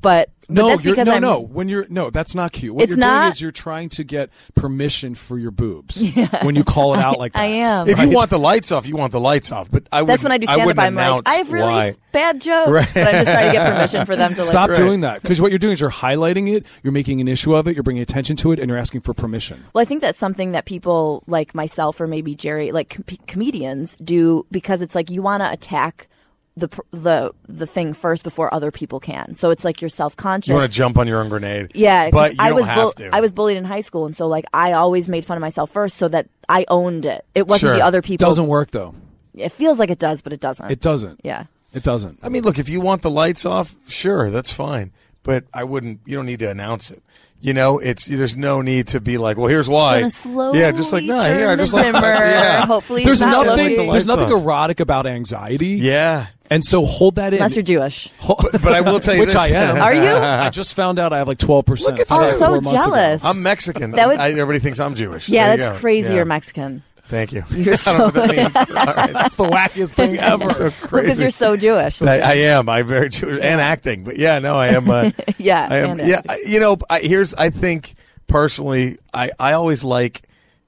but, but No, that's you're, because no, I'm, no. When you're no, that's not cute. What It's you're doing not? is you're trying to get permission for your boobs when you call it out like that. I am. If you want the lights off, you want the lights off. But I that's wouldn't- when I do I stand up. wouldn't I'm like, announce I have really why. bad jokes, but I'm just trying to get permission for them to like, Stop doing that because what you're doing is you're highlighting it, you're making an issue of it, you're bringing attention to it, and you're asking for permission. Well, I think that's something that people like myself or maybe Jerry, like com- comedians, do because it's like you want to attack the pr- the the thing first before other people can. So it's like you're self You want to conscious. jump on your own grenade. yeah, 'cause but you I don't was have to. I was bullied in high school, and so like I always made fun of myself first, so that I owned it. It wasn't Sure. the other It people. doesn't work though. It feels like it does, but it doesn't. It doesn't. Yeah. It doesn't. I mean, look, if you want the lights off, sure, that's fine. But I wouldn't. You don't need to announce it. You know, it's there's no need to be like, well, here's why. Gonna slowly yeah, just like no, turn here I the just like dimmer. yeah. Hopefully, There's it's not nothing. the looking. lights There's nothing off. erotic about anxiety. yeah. And so hold that in. Unless you're Jewish. but, but I will tell you which this. I am. Are you? I just found out I have like twelve percent. Look at you. I'm so Oh, jealous. I'm Mexican. That would- I, everybody thinks I'm Jewish. Yeah, There you that's go. crazy. Yeah. You're Mexican. Thank you. I don't know what that means. All right. That's the wackiest thing ever. So Because crazy. you're so Jewish. I, I am. I'm very Jewish and acting, but yeah, no, I am. Uh, Yeah, I am. and Yeah, acting. I- you know, I, here's. I think personally, I I always like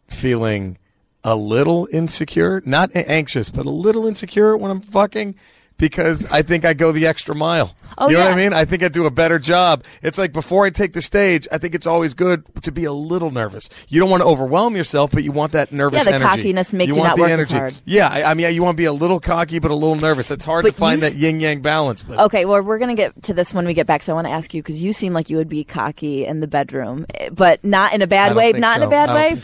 feeling a little insecure, not a- anxious, but a little insecure when I'm fucking. Because I think I go the extra mile. Oh, you know yeah. what I mean? I think I do a better job. It's like before I take the stage, I think it's always good to be a little nervous. You don't want to overwhelm yourself, but you want that nervous the energy. cockiness makes you want not the work as energy. hard. Yeah, I, I mean, you want to be a little cocky but a little nervous. It's hard But to find you s- that yin yang balance. But Okay, well, we're going to get to this when we get back. So I want to ask you because you seem like you would be cocky in the bedroom, eh, but not in a I bad don't way. think Not in a so. bad I way, don't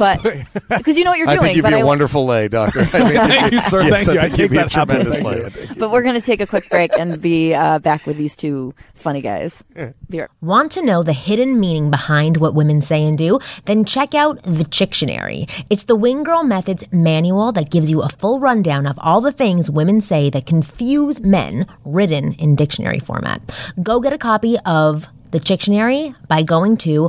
but because you know what you're I doing. think you'd but be a I- wonderful lay, doctor. I think Thank you, sir. yes, Thank you. I I think you'd take be a that happily. tremendous Thank lay. you. I think. But we're going to take a quick break and be uh, back with these two funny guys. Be right- Want to know the hidden meaning behind what women say and do? Then check out The Chictionary. It's the Wing Girl Method's manual that gives you a full rundown of all the things women say that confuse men, written in dictionary format. Go get a copy of The Chictionary by going to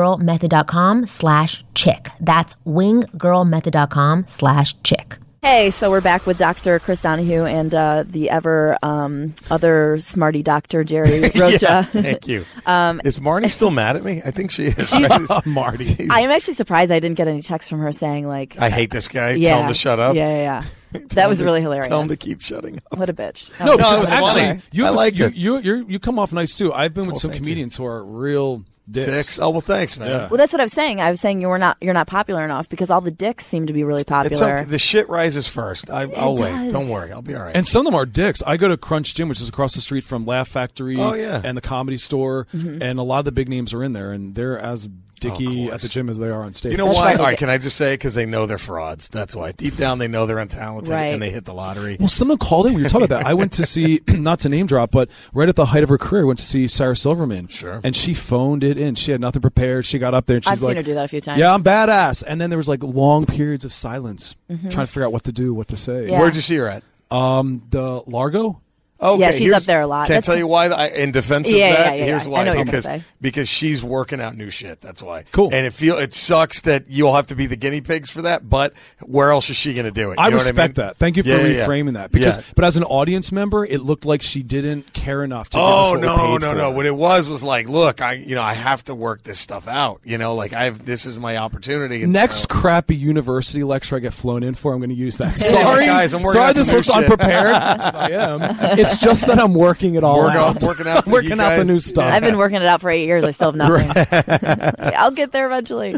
winggirlmethod.com slash chick. That's winggirlmethod.com slash chick. Hey, so we're back with Dr. Chris Donahue and uh, the ever um, other smarty doctor, Jerry Yeah, Rocha. thank you. Um, is Marnie still mad at me? I think she is. Marty. I am actually surprised I didn't get any text from her saying, like, I hate this guy. yeah. Tell him to shut up. Yeah, yeah, yeah. that was really hilarious. Tell him to keep shutting up. What a bitch. No, Oh, because was funny. actually, you, I have a- liked you, it. Oh, you, you, you come off nice too. I've been with some thank you. comedians who are real dicks. Dicks. Oh well, thanks, man. Yeah. Well, that's what I was saying. I was saying you were not you're not popular enough because all the dicks seem to be really It's popular. okay. The shit rises first. I, I'll wait. does. Don't worry. I'll be all right. And some of them are dicks. I go to Crunch Gym, which is across the street from Laugh Factory Oh, yeah. and the Comedy Store, Mm-hmm. and a lot of the big names are in there, and they're as dicky at the gym as they are on stage. you know why? right. All right. Can I just say? Because they know they're frauds. That's why. Deep down, they know they're untalented, Right. and they hit the lottery. Well, someone called in. We were talking about. that. I went to see, not to name drop, but right at the height of her career, I went to see Sarah Silverman. Sure. And she phoned it in. She had nothing prepared. She got up there and she's I've seen like, her do that a few times. "Yeah, I'm badass." And then there was like long periods of silence, trying to figure out what to do, what to say. Mm-hmm. Yeah. Where'd you see her at? Um, the Largo. Okay, Yeah, she's here's- up there a lot. Can't That's- tell you why. I, in defense of Yeah, yeah, that, yeah, yeah. here's I why. know what you're because gonna say. because she's working out new shit. That's why. Cool. And it feel it sucks that you'll have to be the guinea pigs for that. But where else is she going to do it? I You know what respect mean? that. Thank you for Yeah, yeah, yeah. reframing that. Because, Yeah. but as an audience member, it looked like she didn't care enough to. Oh give us what we no paid no for. no! What it was was like, look, I you know I have to work this stuff out. You know, like I've this is my opportunity. And Next so- crappy university lecture I get flown in for, I'm going to use that. Hey, Sorry, guys, I'm working sorry, on this some new looks shit. unprepared. I am. It's just that I'm working it all Work out- out, working out the- working you out the guys- new stuff. I've been working it out for eight years. I still have nothing. I'll get there eventually.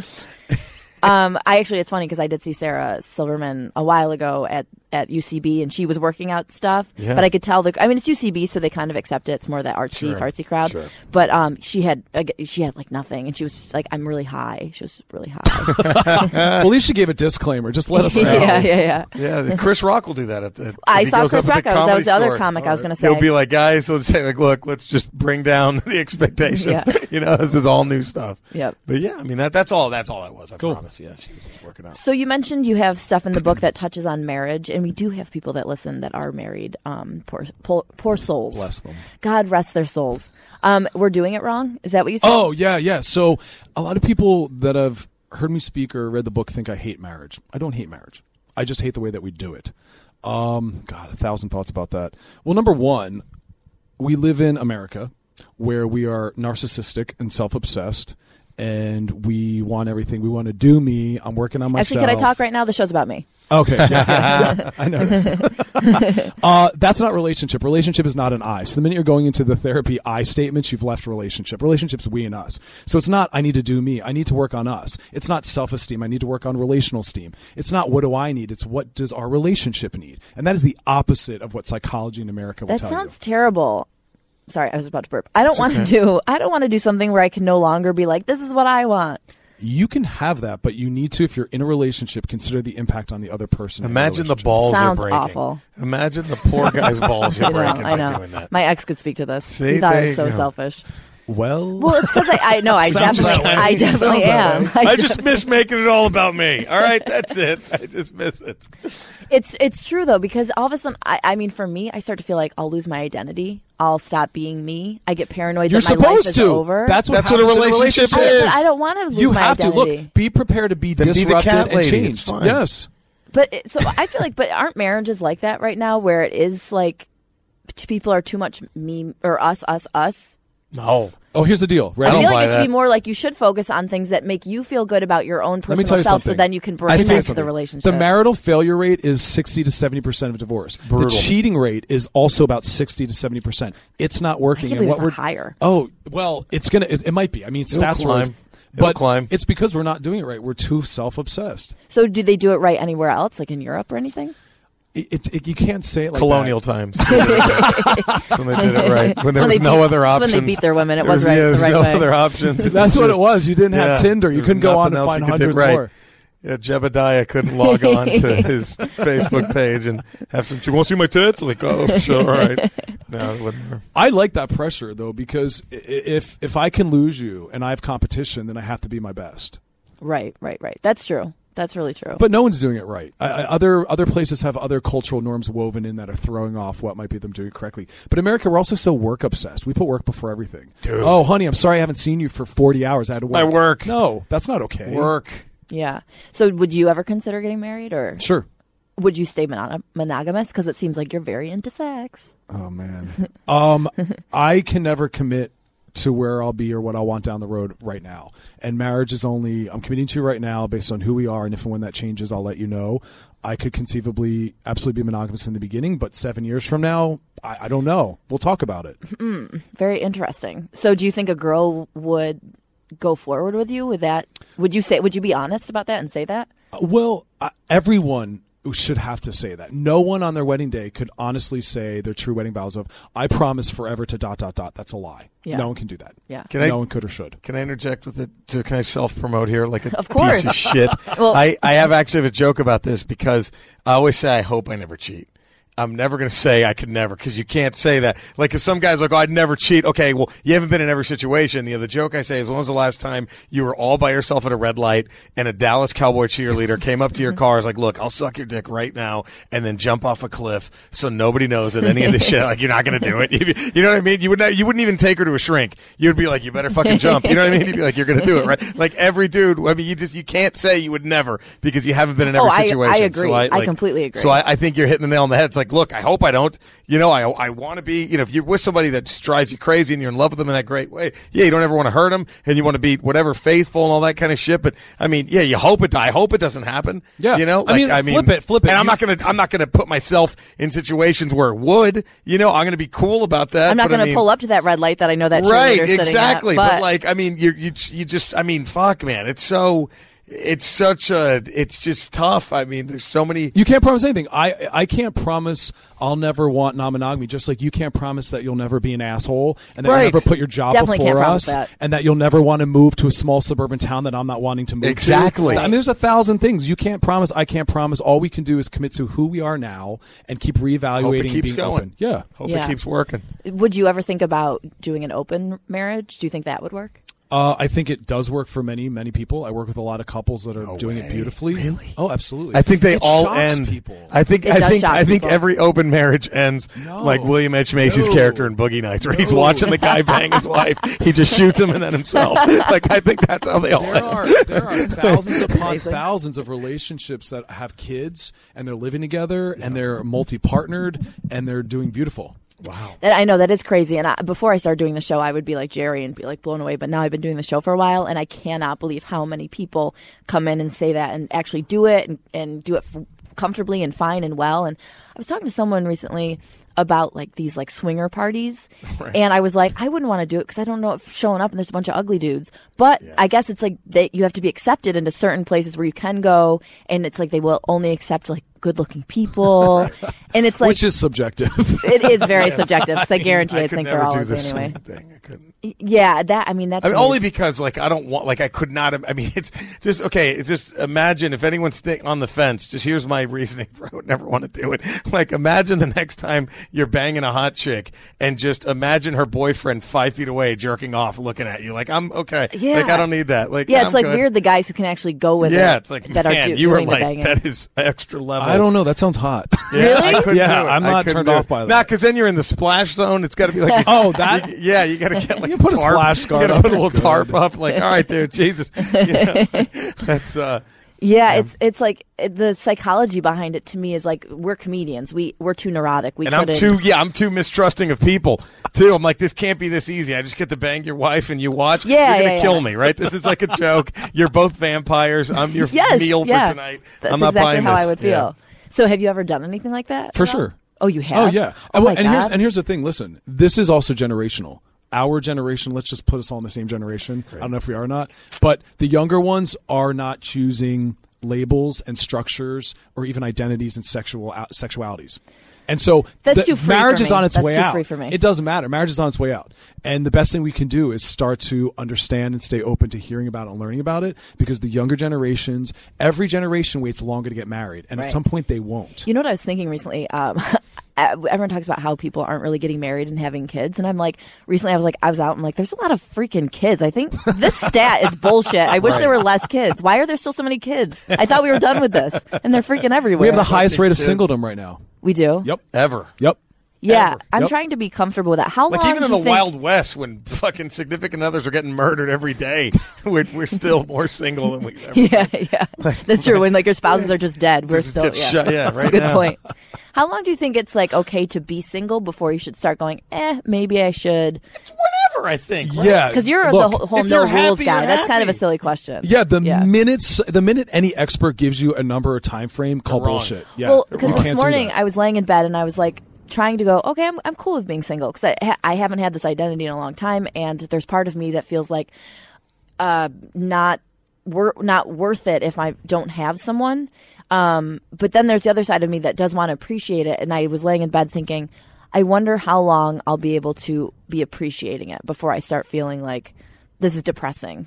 Um, I actually, it's funny because I did see Sarah Silverman a while ago at, at UCB, and she was working out stuff. Yeah. But I could tell the. I mean, it's UCB, so they kind of accept it. It's more that artsy, fartsy crowd. But um, she had ag- she had like nothing, and she was just like, "I'm really high." She was really high. Well, at least she gave a disclaimer. Just let us know. yeah, yeah, yeah. Yeah, Chris Rock will do that at the. I if he saw goes Chris up at Rock. the That Comedy was the other Store. comic I was going to say. He'll be like, guys, he'll say, like, look, let's just bring down the expectations. Yeah. you know, this is all new stuff. Yep. But yeah, I mean, that that's all. That's all I was. I Cool. promise. Yeah, she was just working out. So you mentioned you have stuff in the book that touches on marriage, and we do have people that listen that are married. Um, poor, poor, poor souls. Bless them. God rest their souls. Um, we're doing it wrong. Is that what you said? Oh yeah, yeah. So a lot of people that have heard me speak or read the book think I hate marriage. I don't hate marriage. I just hate the way that we do it. Um, God, a thousand thoughts about that. Well, number one, we live in America, where we are narcissistic and self obsessed. And we want everything. We want to do me. I'm working on myself. Actually, can I talk right now? The show's about me. Okay. Yeah, I noticed. uh, that's not relationship. Relationship is not an I. So the minute you're going into the therapy I statements, you've left relationship. Relationship's we and us. So it's not I need to do me. I need to work on us. It's not self esteem. I need to work on relational esteem. It's not what do I need. It's what does our relationship need. And that is the opposite of what psychology in America will That tell sounds terrible. Sorry, I was about to burp. I don't want to do. I don't want to do something where I can no longer be like, "This is what I want." you. You can have that, but you need to, if you're in a relationship, consider the impact on the other person. in Imagine the relationship. balls Sounds you're breaking. awful. Imagine the poor guy's balls you're I know. breaking I by know. doing that. My ex could speak to this. See, he thought there I you was so go. selfish. Well, Well, it's because I, I no, I Sounds definitely, that way. I definitely am. Sounds I just miss making it all about me. All right, that's it. I just miss it. It's it's true though because all of a sudden, I, I mean, for me, I start to feel like I'll lose my identity. I'll stop being me. I get paranoid You're that my life supposed is to. over. That's what, That's what a happens in relationship I don't, is. but I don't want to lose you my have identity. to look. Be prepared to be Then be the disrupted cat and lady. It's changed. fine. Yes. But it, so I feel like, but aren't marriages like that right now, where it is like t- people are too much me or us, us, us. No. Oh, here's the deal. I, Ready? don't feel buy like it should that. be more like you should focus on things that make you feel good about your own Let me tell personal you self, so something. then you can I bring think that to the something. relationship. the marital failure rate is 60 to 70% of divorce. The Brutal. cheating rate is also about 60 to 70%. It's not working. I can't and believe what it's we're not higher. Oh, well, it's going to it, it might be. I mean, It'll stats wise, climb. It'll but climb. it's because we're not doing it right. We're too self-obsessed. so do they do it right anywhere else, like in Europe or anything? It, it, it- you can't say it like Colonial that. times. That's when they did it right. When there When was they no beat- other that's options. when they beat their women. It There was right- yeah, the there was right no way. other options. It That's was what it just- was. You didn't have yeah, Tinder. You there was couldn't go on nothing and else find you could do. hundreds Right. more. Yeah, Jebediah couldn't log on to his Facebook page and have some. You want to see my tits? Like, oh, sure, all right. No, it wouldn't work. I like that pressure though because i- i- if if I can lose you and I have competition, then I have to be my best. Right, right, right. That's true. That's really true. But no one's doing it right. I, I, other other places have other cultural norms woven in that are throwing off what might be them doing it correctly. But America, we're also so work obsessed. We put work before everything. Oh, honey, I'm sorry I haven't seen you for 40 hours. I had to work. My work. No, that's not okay. Work. yeah. So would you ever consider getting married, or Sure. would you stay mono- monogamous? Because it seems like you're very into sex. Oh man. um, I can never commit to where I'll be or what I want down the road right now. And marriage is only I'm committing to right now based on who we are, and if and when that changes, I'll let you know. I could conceivably absolutely be monogamous in the beginning, but seven years from now, I, I don't know. We'll talk about it. Very interesting. So, do you think a girl would go forward with you with that? Would you say? Would you be honest about that and say that? Well, uh, everyone should have to say that. No one on their wedding day could honestly say their true wedding vows of "I promise forever to dot dot dot." That's a lie. Yeah. No one can do that. Yeah. Can I- no one could or should. Can I interject with it? To, can I self promote here? Like a Of course. piece of shit. Well- I, I have actually have a joke about this because I always say I hope I never cheat. I'm never going to say I could never because you can't say that. Like, 'cause some guys like, oh, I'd never cheat. Okay, well, you haven't been in every situation. The other joke I say is, when was the last time you were all by yourself at a red light and a Dallas Cowboy cheerleader came up to your car, is like, look, I'll suck your dick right now and then jump off a cliff so nobody knows that any of this shit, like, you're not going to do it. You know what I mean? You would not, you wouldn't even take her to a shrink. You'd be like, you better fucking jump. You know what I mean? You'd be like, you're going to do it, right? Like, every dude, I mean, you just, you can't say you would never because you haven't been in Oh, every I- I situation. agree. So I, I like- completely agree. So I, I think you're hitting the nail on the head. It's like, look, I hope I don't. You know, I I want to be. You know, if you're with somebody that just drives you crazy and you're in love with them in that great way, yeah, you don't ever want to hurt them and you want to be whatever faithful and all that kind of shit. But I mean, yeah, you hope it. I hope it doesn't happen. Yeah. you know, I mean, flip it, flip it. And I'm You- not gonna I'm not gonna put myself in situations where it would. You know, I'm gonna be cool about that. I'm not but I going to mean- pull up to that red light that I know that right cheerleader's exactly sitting at. but, like i mean you you you just i mean fuck man it's so it's such a it's just tough i mean there's so many You can't promise anything. I I can't promise I'll never want non-monogamy. Just like you can't promise that you'll never be an asshole and that Right. you'll never put your job Definitely before can't us promise that. and that you'll never want to move to a small suburban town that I'm not wanting to move to. Exactly. I mean, there's a thousand things you can't promise. I can't promise. All we can do is commit to who we are now and keep reevaluating. hope it and keeps being going Open. Yeah. hope Yeah. it keeps working would you ever think about doing an open marriage? Do you think that would work? Uh, I think it does work for many, many people. I work with a lot of couples that are doing way. it beautifully. Really? Oh, absolutely. I think they It all shocks end. People. I think It I does think shock I think people. every open marriage ends No. like William H Macy's No. character in Boogie Nights, where he's No. watching the guy bang his wife. He just shoots him and then himself. like I think that's how they all There end. are there are thousands upon Amazing. thousands of relationships that have kids and they're living together and they're multi partnered and they're doing beautiful. Wow. That I know that is crazy. And I, before I started doing the show, I would be like Jerry and be like blown away. But now I've been doing the show for a while, and I cannot believe how many people come in and say that and actually do it and, and do it f- comfortably and fine and well. And I was talking to someone recently about like these like swinger parties, and I was like, I wouldn't want to do it because I don't know if showing up and there's a bunch of ugly dudes. But I guess it's like that you have to be accepted into certain places where you can go, and it's like they will only accept like good looking people, and it's like which is subjective. it is very subjective because I guarantee I, I would could think never they're all do ugly this anyway. thing. I couldn't. Yeah, that I mean that's I mean, only because like I don't want like I could not. have- I mean, it's just okay. It's just imagine if anyone's th- on the fence. Just here's my reasoning for I would never want to do it. Like imagine the next time you're banging a hot chick and just imagine her boyfriend five feet away jerking off, looking at you. Like I'm okay. Yeah. Like I don't need that. Like yeah, I'm it's like good. weird the guys who can actually go with it. Yeah, it's like that man, are do- you were doing the like banging. that is extra level. I don't know. That sounds hot. Yeah, I couldn't Yeah, do it. I'm I not couldn't turned do off it. by Nah, that. because then you're in the splash zone. It's got to be like Oh, that- You- yeah, you got to get like You put a tarp. splash guard You got to up. put a little Good. tarp up. Like, all right, there, Jesus. Yeah. That's uh, yeah, it's it's like it- the psychology behind it to me is like we're comedians. We we're too neurotic. We and I'm couldn't- too yeah, I'm too mistrusting of people too. I'm like, this can't be this easy. I just get to bang your wife and you watch. Yeah, you're gonna yeah, kill yeah. me, right? This is like a joke. You're both vampires. I'm your yes, meal yeah. for tonight. That's I'm not exactly buying how this. I would Yeah. feel. So have you ever done anything like that? For at all? sure. Oh, you have. Oh yeah. Oh, Well, my and here's God. and here's the thing. Listen, this is also generational. Our generation. Let's just put us all in the same generation. I don't know if we are or not, but the younger ones are not choosing labels and structures or even identities and sexual uh, sexualities. And so That's the- too free for marriage is me. on its That's way too out. free for me. It doesn't matter. Marriage is on its way out. And the best thing we can do is start to understand and stay open to hearing about it and learning about it because the younger generations, every generation waits longer to get married. And Right. at some point they won't. You know what I was thinking recently? Um, everyone talks about how people aren't really getting married and having kids, and I'm like, recently I was like, I was out, and like, there's a lot of freaking kids. I think this stat is bullshit. I wish there were less kids. Why are there still so many kids? I thought we were done with this, and they're freaking everywhere. we have the highest rate of singledom right now. We do. Yep. Ever. Yep. Yeah, Ever. I'm Yep. trying to be comfortable with that. How Like long? even do in you the think- Wild West, when fucking significant others are getting murdered every day, we're, we're still more single than we ever. Yeah, yeah, that's true. When like your spouses are just dead, we're Just still get yeah. shot- yeah, That's a right good now. point. How long do you think it's like okay to be single before you should start going? Eh, maybe I should. Whatever, I think. right? Yeah. Because you're Look, the whole, whole if no they're rules happy, guy. you're That's kind of a happy. silly question. Yeah, the minutes the minute any expert gives you a number or time frame, call wrong. bullshit. Yeah. Well, You because this can't do morning that. I was laying in bed and I was like trying to go, okay, I'm, I'm cool with being single because I, ha- I haven't had this identity in a long time. And there's part of me that feels like uh, not wor- not worth it if I don't have someone. Um, but then there's the other side of me that does want to appreciate it. And I was laying in bed thinking, I wonder how long I'll be able to be appreciating it before I start feeling like this is depressing.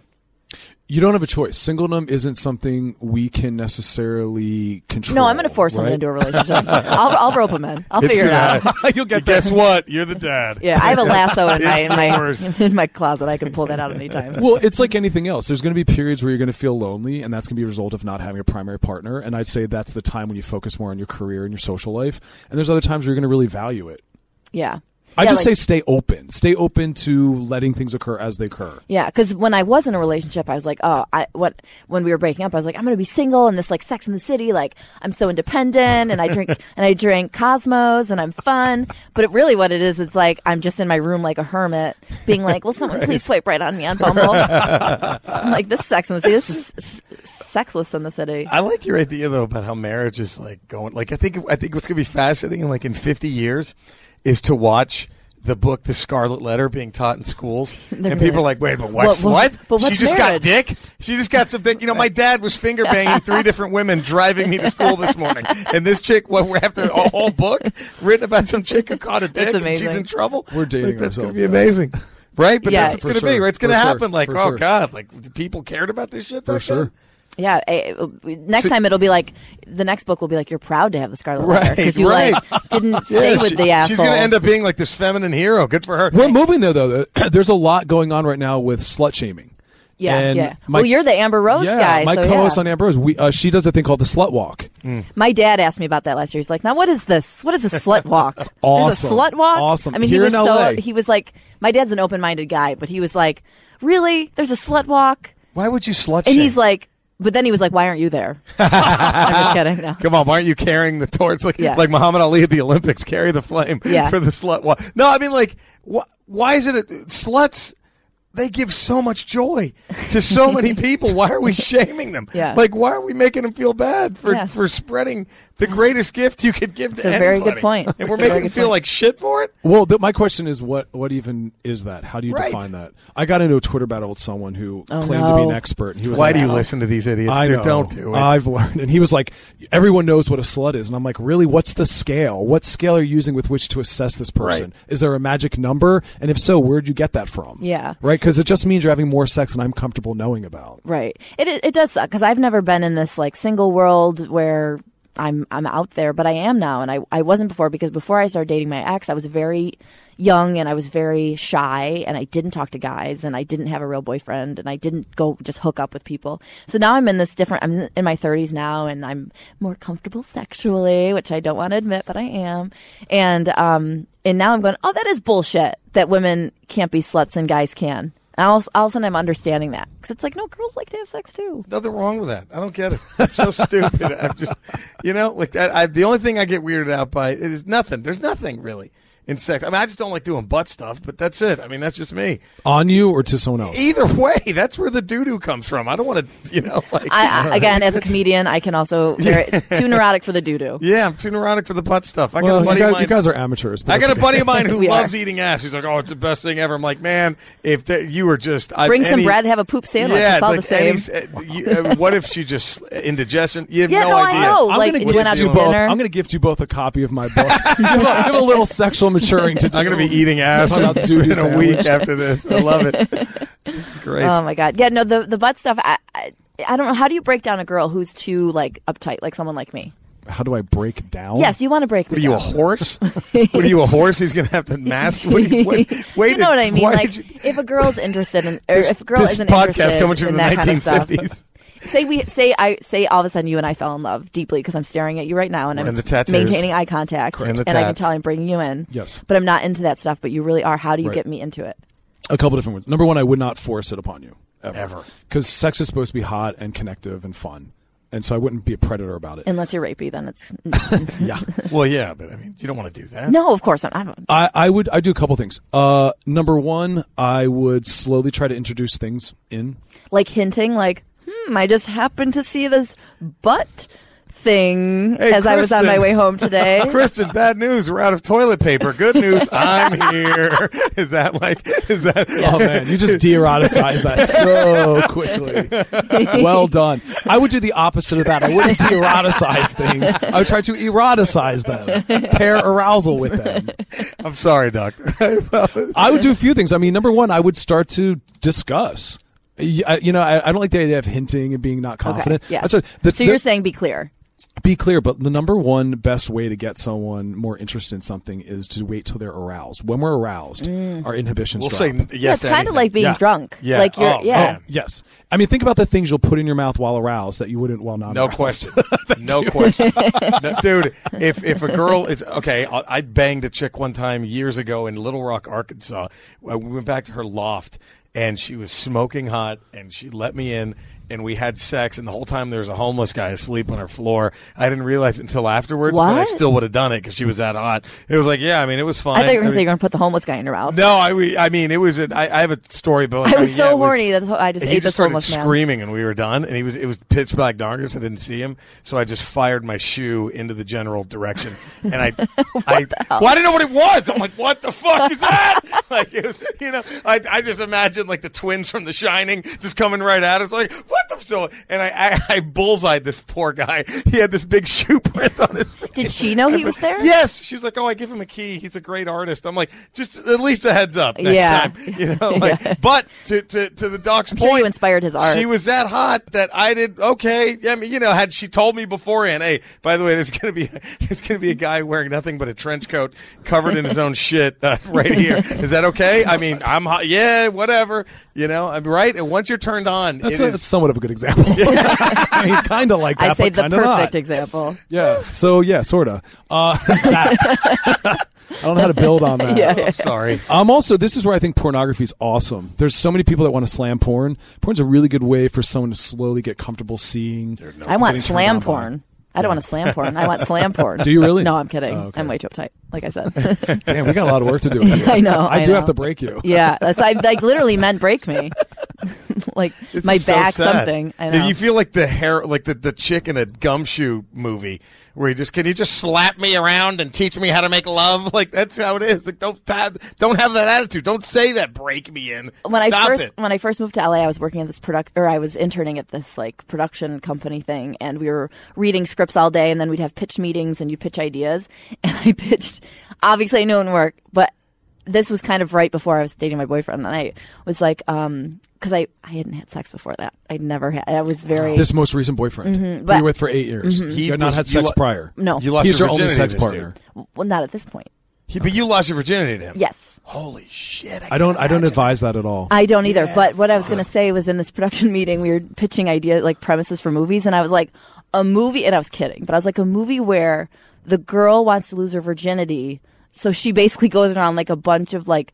you don't have a choice. Singledom isn't something we can necessarily control. No, I'm going to force someone right? into a relationship. I'll, I'll rope them in. I'll It's figure it gonna- out. You'll get Guess what? You're the dad. Yeah, I have a lasso in my in yours. my, in my closet. I can pull that out anytime. well, it's like anything else. There's going to be periods where you're going to feel lonely, and that's going to be a result of not having a primary partner. And I'd say that's the time when you focus more on your career and your social life. And there's other times where you're going to really value it. Yeah. I yeah, just like- say stay open. Stay open to letting things occur as they occur. yeah, because when I was in a relationship, I was like, oh, I what when we were breaking up, I was like, I'm gonna be single and this like Sex in the City, like I'm so independent and I drink and I drink Cosmos and I'm fun. But it really, what it is, it's like I'm just in my room like a hermit, being like, will someone please swipe right on me on Bumble? I'm like this Sex in the City, this is s- s- sexless in the city. I like your idea though about how marriage is like going. Like I think I think what's going to be fascinating in like in 50 years is to watch the book The Scarlet Letter being taught in schools, and They're people really- are like, "Wait, but what? What- what- what? but what's she just marriage?" got dick. She just got something." You know, my dad was finger banging three different women driving me to school this morning, and this chick. What we have to a whole book written about some chick who caught a dick. and she's amazing. in trouble. We're dating Like, that's going to ourselves, be yeah. amazing. Right, but Yeah. that's what's For going to be. sure. Right, it's going to For sure. happen. Like, For oh sure. god, like people cared about this shit. For back then? sure. Yeah. eh, I, I- next So- time it'll be like the next book will be like you're proud to have the scarlet letter Right, because you like right. didn't stay Yeah, with she- the asshole. She's going to end up being like this feminine hero. Good for her. We're moving there though. There's a lot going on right now with slut shaming. Yeah, And yeah. my- well, you're the Amber Rose yeah, guy. my so co-host yeah. Mm. on Amber Rose, we, uh, she does a thing called the slut walk. My dad asked me about that last year. He's like, "Now, what is this? What is a slut walk? There's a awesome. slut walk. Awesome. I mean, Here he was in so LA. he was like, my dad's an open-minded guy, but he was like, really? There's a slut walk, Why would you slut and shame? he's like, But then he was like, "Why aren't you there?" I'm just kidding. No. Come on, why aren't you carrying the torch like Yeah. like Muhammad Ali at the Olympics? Carry the flame Yeah. for the slut. Why? No, I mean like wh- why is it a, sluts? They give so much joy to so many people. Why are we shaming them? Yeah. Like why are we making them feel bad for Yeah. for spreading the greatest gift you could give It's to a very good anybody? point. And It's we're a very making them good feel point. like shit for it. Well, th- my question is, what what even is that? How do you Right. define that? I got into a Twitter battle with someone who Oh, claimed to be an no. expert, and he was Why like, do you listen to these idiots? I Dude, know. Don't do it. I've learned, and he was like, "Everyone knows what a slut is," and I'm like, "Really? What's the scale? What scale are you using with which to assess this person? Right. Is there a magic number? And if so, where'd you get that from? Yeah. right. Because it just means you're having more sex than I'm comfortable knowing about. Right. It it it does suck because I've never been in this like single world where I'm I'm out there, but I am now, and I I wasn't before because before I started dating my ex, I was very young and I was very shy and I didn't talk to guys and I didn't have a real boyfriend and I didn't go just hook up with people. So now I'm in this different. I'm in my 30s now and I'm more comfortable sexually, which I don't want to admit, but I am. And um and now I'm going, oh, that is bullshit that women can't be sluts and guys can. And all, all of a sudden, I'm understanding that because it's like, no, girls like to have sex too. Nothing wrong with that. I don't get it. It's so stupid. I'm just, you know, like I, I, the only thing I get weirded out by it is nothing. There's nothing really in sex. I mean, I just don't like doing butt stuff, but that's it. I mean, that's just me. On you or to someone else? Either way, that's where the doo doo comes from. I don't want to, you know, like. I, I, again, as a comedian, I can also very, too neurotic for the doo doo. yeah, I'm too neurotic for the butt stuff. I got well, a you buddy guys, of mine. you guys are amateurs. But I that's got a okay. buddy of mine who We are. loves eating ass. He's like, "Oh, it's the best thing ever." I'm like, "Man, if that you were just I, Bring some any- bread, have a poop sandwich. yeah, it's all the like same. any s- uh, you- uh, what if she just indigestion? You have yeah, no, no, idea. I know. I'm Oh, like, gonna you went out gift you to both. dinner. I'm going to gift you both a copy of my book. you, have a, you have a little sexual maturing to do. I'm going to be eating ass Talking in, about dude in a sandwich. week after this. I love it. This is great. oh my god. Yeah, no, the the butt stuff. I, I I don't know. How do you break down a girl who's too like uptight, like someone like me? How do I break down? Yes, you want to break. what are you, a horse? what are you, a horse? He's going to have to mask. What, do you- what, wait, you know what I mean? why Like, did you- if a girl's interested in, or if a girl this isn't podcast interested coming through in the that kind of 1950s. stuff, say we say I say all of a sudden you and I fell in love deeply because I'm staring at you right now and I'm And the tattoos. maintaining eye contact Correct. And the I can tats. tell I'm bringing you in. Yes. but I'm not into that stuff. But you really are. How do you Right. get me into it? A couple different ones. Number one, I would not force it upon you ever, because sex is supposed to be hot and connective and fun, and so I wouldn't be a predator about it. Unless you're rapey, then it's yeah, Well, yeah, but I mean, you don't want to do that. no. Of course, I'm, I don't. I, I would. I do a couple things. Uh, number one, I would slowly try to introduce things in. Like hinting, like hmm, I just happened to see this butt thing Hey, as I was on my Kristen. way home today. Kristen, bad news. We're out of toilet paper. Good news. I'm here. Is that like, is that, Oh man, you just de-eroticized that so quickly. Well done. I would do the opposite of that. I wouldn't de-eroticize things. I would try to eroticize them, pair arousal with them. I'm sorry, doctor. I would do a few things. I mean, number one, I would start to discuss. Y- I- You know, I, I don't like the idea of hinting and being not confident. yeah. That's what- the- so you're the- saying be clear. be clear, but the number one best way to get someone more interested in something is to wait till they're aroused. When we're aroused, Mm. our inhibitions We'll drop. say n- yes. yeah, it's kind of anything. like being Yeah. drunk. Yeah. Like you're Oh, yeah. man. Yes, I mean, think about the things you'll put in your mouth while aroused that you wouldn't while not. No aroused. question. no question. No- dude, if if a girl is okay, I, I banged a chick one time years ago in Little Rock, Arkansas. Uh, We went back to her loft and she was smoking hot and she let me in and we had sex and the whole time there was a homeless guy asleep on her floor. I didn't realize it until afterwards, but I What? still would have done it because she was that hot. It was like, yeah, I mean, it was fine. I thought you were I going to say mean- you're going to put the homeless guy in your mouth. no, I we- I mean it was an, I, I have a story, but like, I was mean, so yeah, it was- horny that I just he ate just this started homeless man. screaming, and we were done. And he was it was pitch black darkness. I didn't see him, so I just fired my shoe into the general direction, and I I well I didn't know what it was. I'm like, what the fuck is that? like it was, you know, I I just imagine like the twins from The Shining just coming right at us, like what the so. And I I, I bullseyed this poor guy. He had this big shoe print on his. Did she know he was there? Yes, she was like, "Oh, I give him a key. He's a great artist." I'm like, "Just at least a heads up next Yeah. time." You know, like, but to, to to the doc's sure point, you inspired his art. She was that hot that I did okay. I mean, you know, had she told me beforehand, "Hey, by the way, there's gonna be there's gonna be a guy wearing nothing but a trench coat, covered in his own shit, uh, right here. Is that okay? I mean, I'm hot. Yeah, whatever. You know, I'm right. And once you're turned on, That's, it a, is- that's somewhat of a good example. I mean, kind of like that. I'd say but the kinda perfect not. example. Yeah. So yeah, sorta. Uh, I don't know how to build on that. Yeah. I'm sorry. Um, also, this is where I think pornography is awesome. There's so many people that want to slam porn. Porn's a really good way for someone to slowly get comfortable seeing. I want getting turned slam on by. porn. I don't want to slam porn. I want slam porn. Do you really? No, I'm kidding. Oh, okay. I'm way too uptight. Like I said. Damn, we got a lot of work to do. here. I know, I, I do know. have to break you. yeah, that's I like literally meant break me. like This my is so back, sad. something. I know. You feel like the hair, like the, the chick in a gumshoe movie, where you just can you just slap me around and teach me how to make love? Like that's how it is. Like don't have, don't have that attitude. Don't say that. Break me in. when Stop I first it. when I first moved to LA, I was working at this product or I was interning at this like production company thing, and we were reading scripts all day, and then we'd have pitch meetings, and you pitch ideas, and I pitched. Obviously, I knew it wouldn't work, but this was kind of right before I was dating my boyfriend, and I was like, um, because I I hadn't had sex before that. I'd never had. I was very This most recent boyfriend, Mm-hmm, but- Mm-hmm. you were with for eight years. He You had not was- had you sex lo- prior. No. You lost He's your only virginity sex to this partner. dude. well, not at this point. He- but you lost your virginity to him. Yes. Holy shit! I, I don't. can't I don't imagine. advise that at all. I don't either. but what I was going to say was in this production meeting, we were pitching idea like premises for movies, and I was like, a movie, and I was kidding, but I was like, a movie where the girl wants to lose her virginity, so she basically goes around like a bunch of like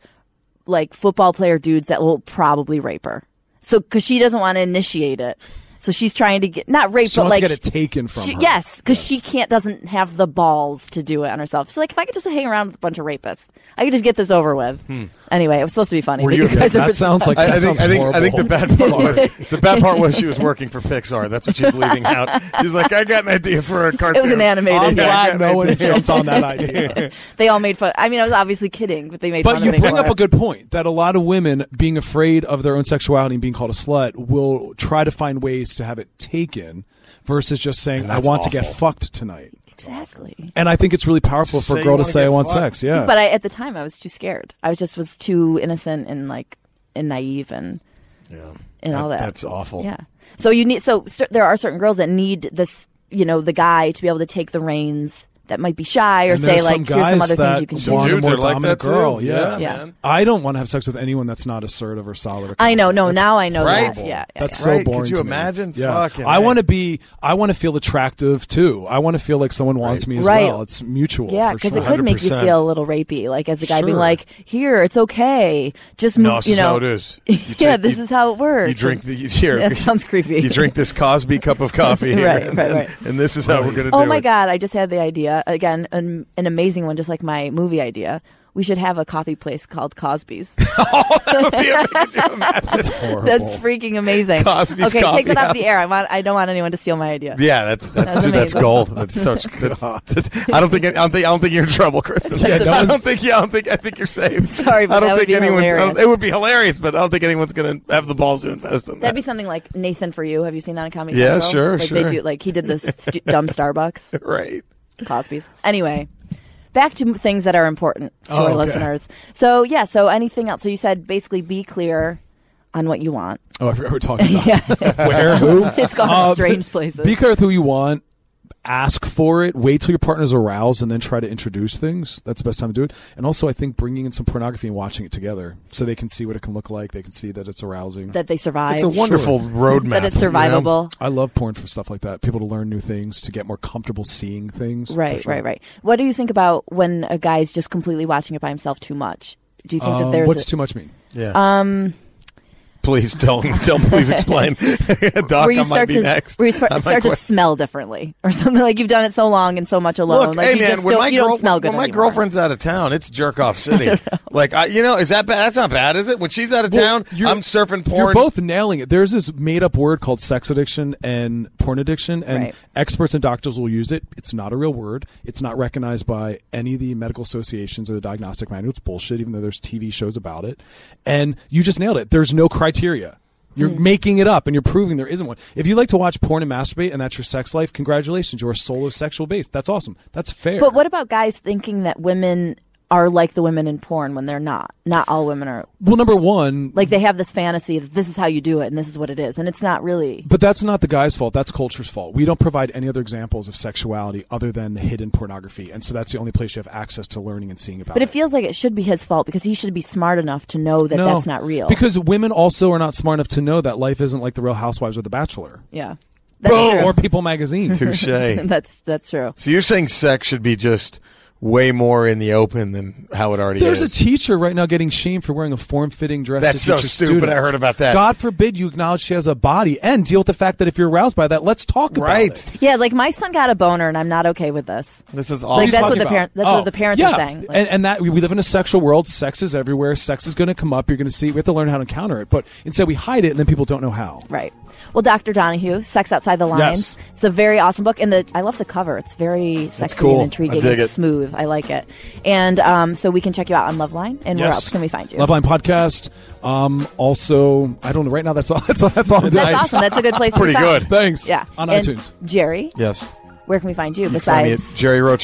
like football player dudes that will probably rape her. So because she doesn't want to initiate it, so she's trying to get not rape, she but wants like to get it taken from she, her. Yes, because she can't doesn't have the balls to do it on herself. She's like, if I could just hang around with a bunch of rapists, I could just get this over with. Hmm. Anyway, it was supposed to be funny. Were but you- you guys that are- sounds like- I, I That think sounds I think I think the horrible. bad part was the bad part was she was working for Pixar. That's what she's leaving out. She's like, I got an idea for a cartoon. it was an I'm animated. Yeah, I got glad no it. one jumped on that idea. They all made fun. I mean, I was obviously kidding, but they made fun But you of me. bring for up it. a good point that a lot of women being afraid of their own sexuality and being called a slut will try to find ways to have it taken versus just saying, I that's want to get awful. fucked tonight. exactly. And I think it's really powerful Just for say a you girl wanna to say, I get want fucked." sex. Yeah. But I, at the time, I was too scared. I was just was too innocent and like and naive and and all that. That's awful. Yeah. So you need. So cer- there are certain girls that need this. You know, the guy to be able to take the reins. That might be shy or And say there's like, some here's some guys other things that you can want do. a Dudes more are like dominant that too. girl, yeah. Yeah. man. I don't want to have sex with anyone that's not assertive or solid. Or I know. No, confident. That's now I know Right? that. Yeah. yeah, That's yeah. so Right? Could boring. you to me. imagine? Yeah. Fucking I A. want to be. I want to feel attractive too. I want to feel like someone wants me as Right. well. It's mutual. Yeah, for because sure. it could make you 100%. feel a little rapey, like as a guy being Sure. like, "Here, it's okay, just No, move." this You is know, how it is. You take- yeah, this you- is how it works. You drink the you, here. That sounds creepy. You drink this Cosby cup of coffee, here, Right, and, right, then- right. and this is how we're gonna do Oh my it. god! I just had the idea again, an, an amazing one, just like my movie idea. We should have a coffee place called Cosby's. Could you imagine? That's horrible. That's freaking amazing. Oh. Cosby's okay, Coffee take that off the House. air. I want. I don't want anyone to steal my idea. Yeah, that's that's That's dude, that's amazing. gold. That's such. That's, that's- I don't think I don't think I don't think you're in trouble, Kristen. Yeah, no I don't one's- think yeah, I don't think I think you're safe. Sorry, but I don't that would think be anyone's- I don't- hilarious. It would be hilarious, but I don't think anyone's gonna have the balls to invest in that. That'd be something like Nathan for you. Have you seen that on Comedy Yeah, Central? sure, like sure. They do, like he did this stu- dumb Starbucks. right. Cosby's. Anyway, back to m- things that are important to Oh, our okay. listeners. So yeah, so anything else? So you said basically be clear on what you want. Oh, I forgot we're talking about Yeah, where who. it's gone Uh, to strange places. Be clear with who you want. Ask for it. Wait till your partner's aroused, and then try to introduce things. That's the best time to do it. And also, I think bringing in some pornography and watching it together, so they can see what it can look like. They can see that it's arousing. that they survive. It's a wonderful roadmap. That it's you know? survivable. I love porn for stuff like that. People to learn new things, to get more comfortable seeing things. for Right, sure. right, right. What do you think about when a guy's just completely watching it by himself too much? Do you think that Uh, Um, there's what's a- too much mean? Yeah. Um. Please tell tell please explain. Doc, where you I might start be to next. where you start, I might start to quit. smell differently or something like you've done it so long and so much alone? Look, like hey you man, just when don't, my you girl, don't smell good when my anymore. girlfriend's out of town, it's jerk off city. like I, you know, is that bad? That's not bad, is it? When she's out of Well, town, you're- I'm surfing porn. You're both nailing it. There's this made up word called sex addiction and porn addiction, and Right. experts and doctors will use it. It's not a real word. It's not recognized by any of the medical associations or the diagnostic manual. It's bullshit, even though there's TV shows about it. And you just nailed it. There's no criteria. You're making it up and you're proving there isn't one. If you like to watch porn and masturbate and that's your sex life, congratulations. You're solo sexual based. That's awesome. That's fair. But what about guys thinking that women are like the women in porn when they're not. Not all women are Well, number one, like they have this fantasy that this is how you do it and this is what it is, and it's not really. But that's not the guy's fault. That's culture's fault. We don't provide any other examples of sexuality other than the hidden pornography, and so that's the only place you have access to learning and seeing about. But it feels like it should be his fault because he should be smart enough to know that No. that's not real. Because women also are not smart enough to know that life isn't like The Real Housewives or The Bachelor yeah, that's true. or People Magazine. Touche. that's that's true. so you're saying sex should be just way more in the open than how it already There's a is. teacher right now getting shamed for wearing a form-fitting dress. That's to so teach her stupid. I students. heard about that. God forbid you acknowledge she has a body and deal with the fact that if you're aroused by that, let's talk Right. about it. Yeah, like my son got a boner, and I'm not okay with this. this is Like awesome. that's you what talking the about? parent. That's Oh, what the parents yeah. are saying. Like, and, and that we we live in a sexual world. Sex is everywhere. Sex is going to come up. You're going to see. it. We have to learn how to encounter it. But instead, we hide it, and then people don't know how. right. Well, Dr. Donahue, Sex Outside the Lines. Yes. It's a very awesome book, and the I love the cover. It's very sexy cool. and I intriguing, dig and it. smooth. I like it. And um, so we can check you out on Loveline, and where else can we find you? Loveline podcast. Um, also, I don't know. Right now, that's all. That's all. That's all. I'm That's doing. awesome. That's a good place. to Pretty be found. good. Thanks. Yeah. On And iTunes. Jerry, yes. where can we find you Find me at besides?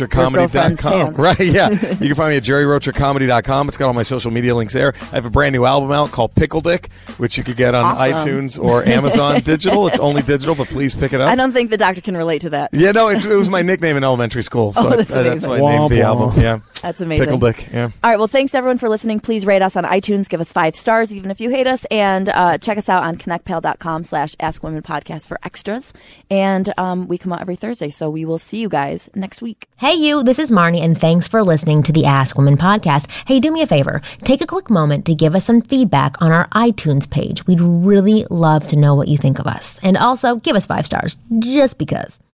girlfriend's jerryrochercomedy.com. pants. Right, yeah. you can find me at jerryrochercomedy.com. It's got all my social media links there. I have a brand new album out called Pickle Dick, which you could get on Awesome. iTunes or Amazon digital. It's only digital, but please pick it up. I don't think the doctor can relate to that. yeah, no, it's, it was my nickname in elementary school, so Oh, I- that's that's why I amazing. named the Womp album. womp. Yeah, That's amazing. Pickle Dick. Yeah. All right. Well, thanks everyone for listening. Please rate us on iTunes. Give us five stars, even if you hate us. And uh, check us out on connectpal.com slash ask women podcast for extras. And um, we come out every Thursday. So we will see you guys next week. Hey, you, this is Marnie, and thanks for listening to the Ask Women podcast. Hey, do me a favor. Take a quick moment to give us some feedback on our iTunes page. We'd really love to know what you think of us. And also, give us five stars, just because.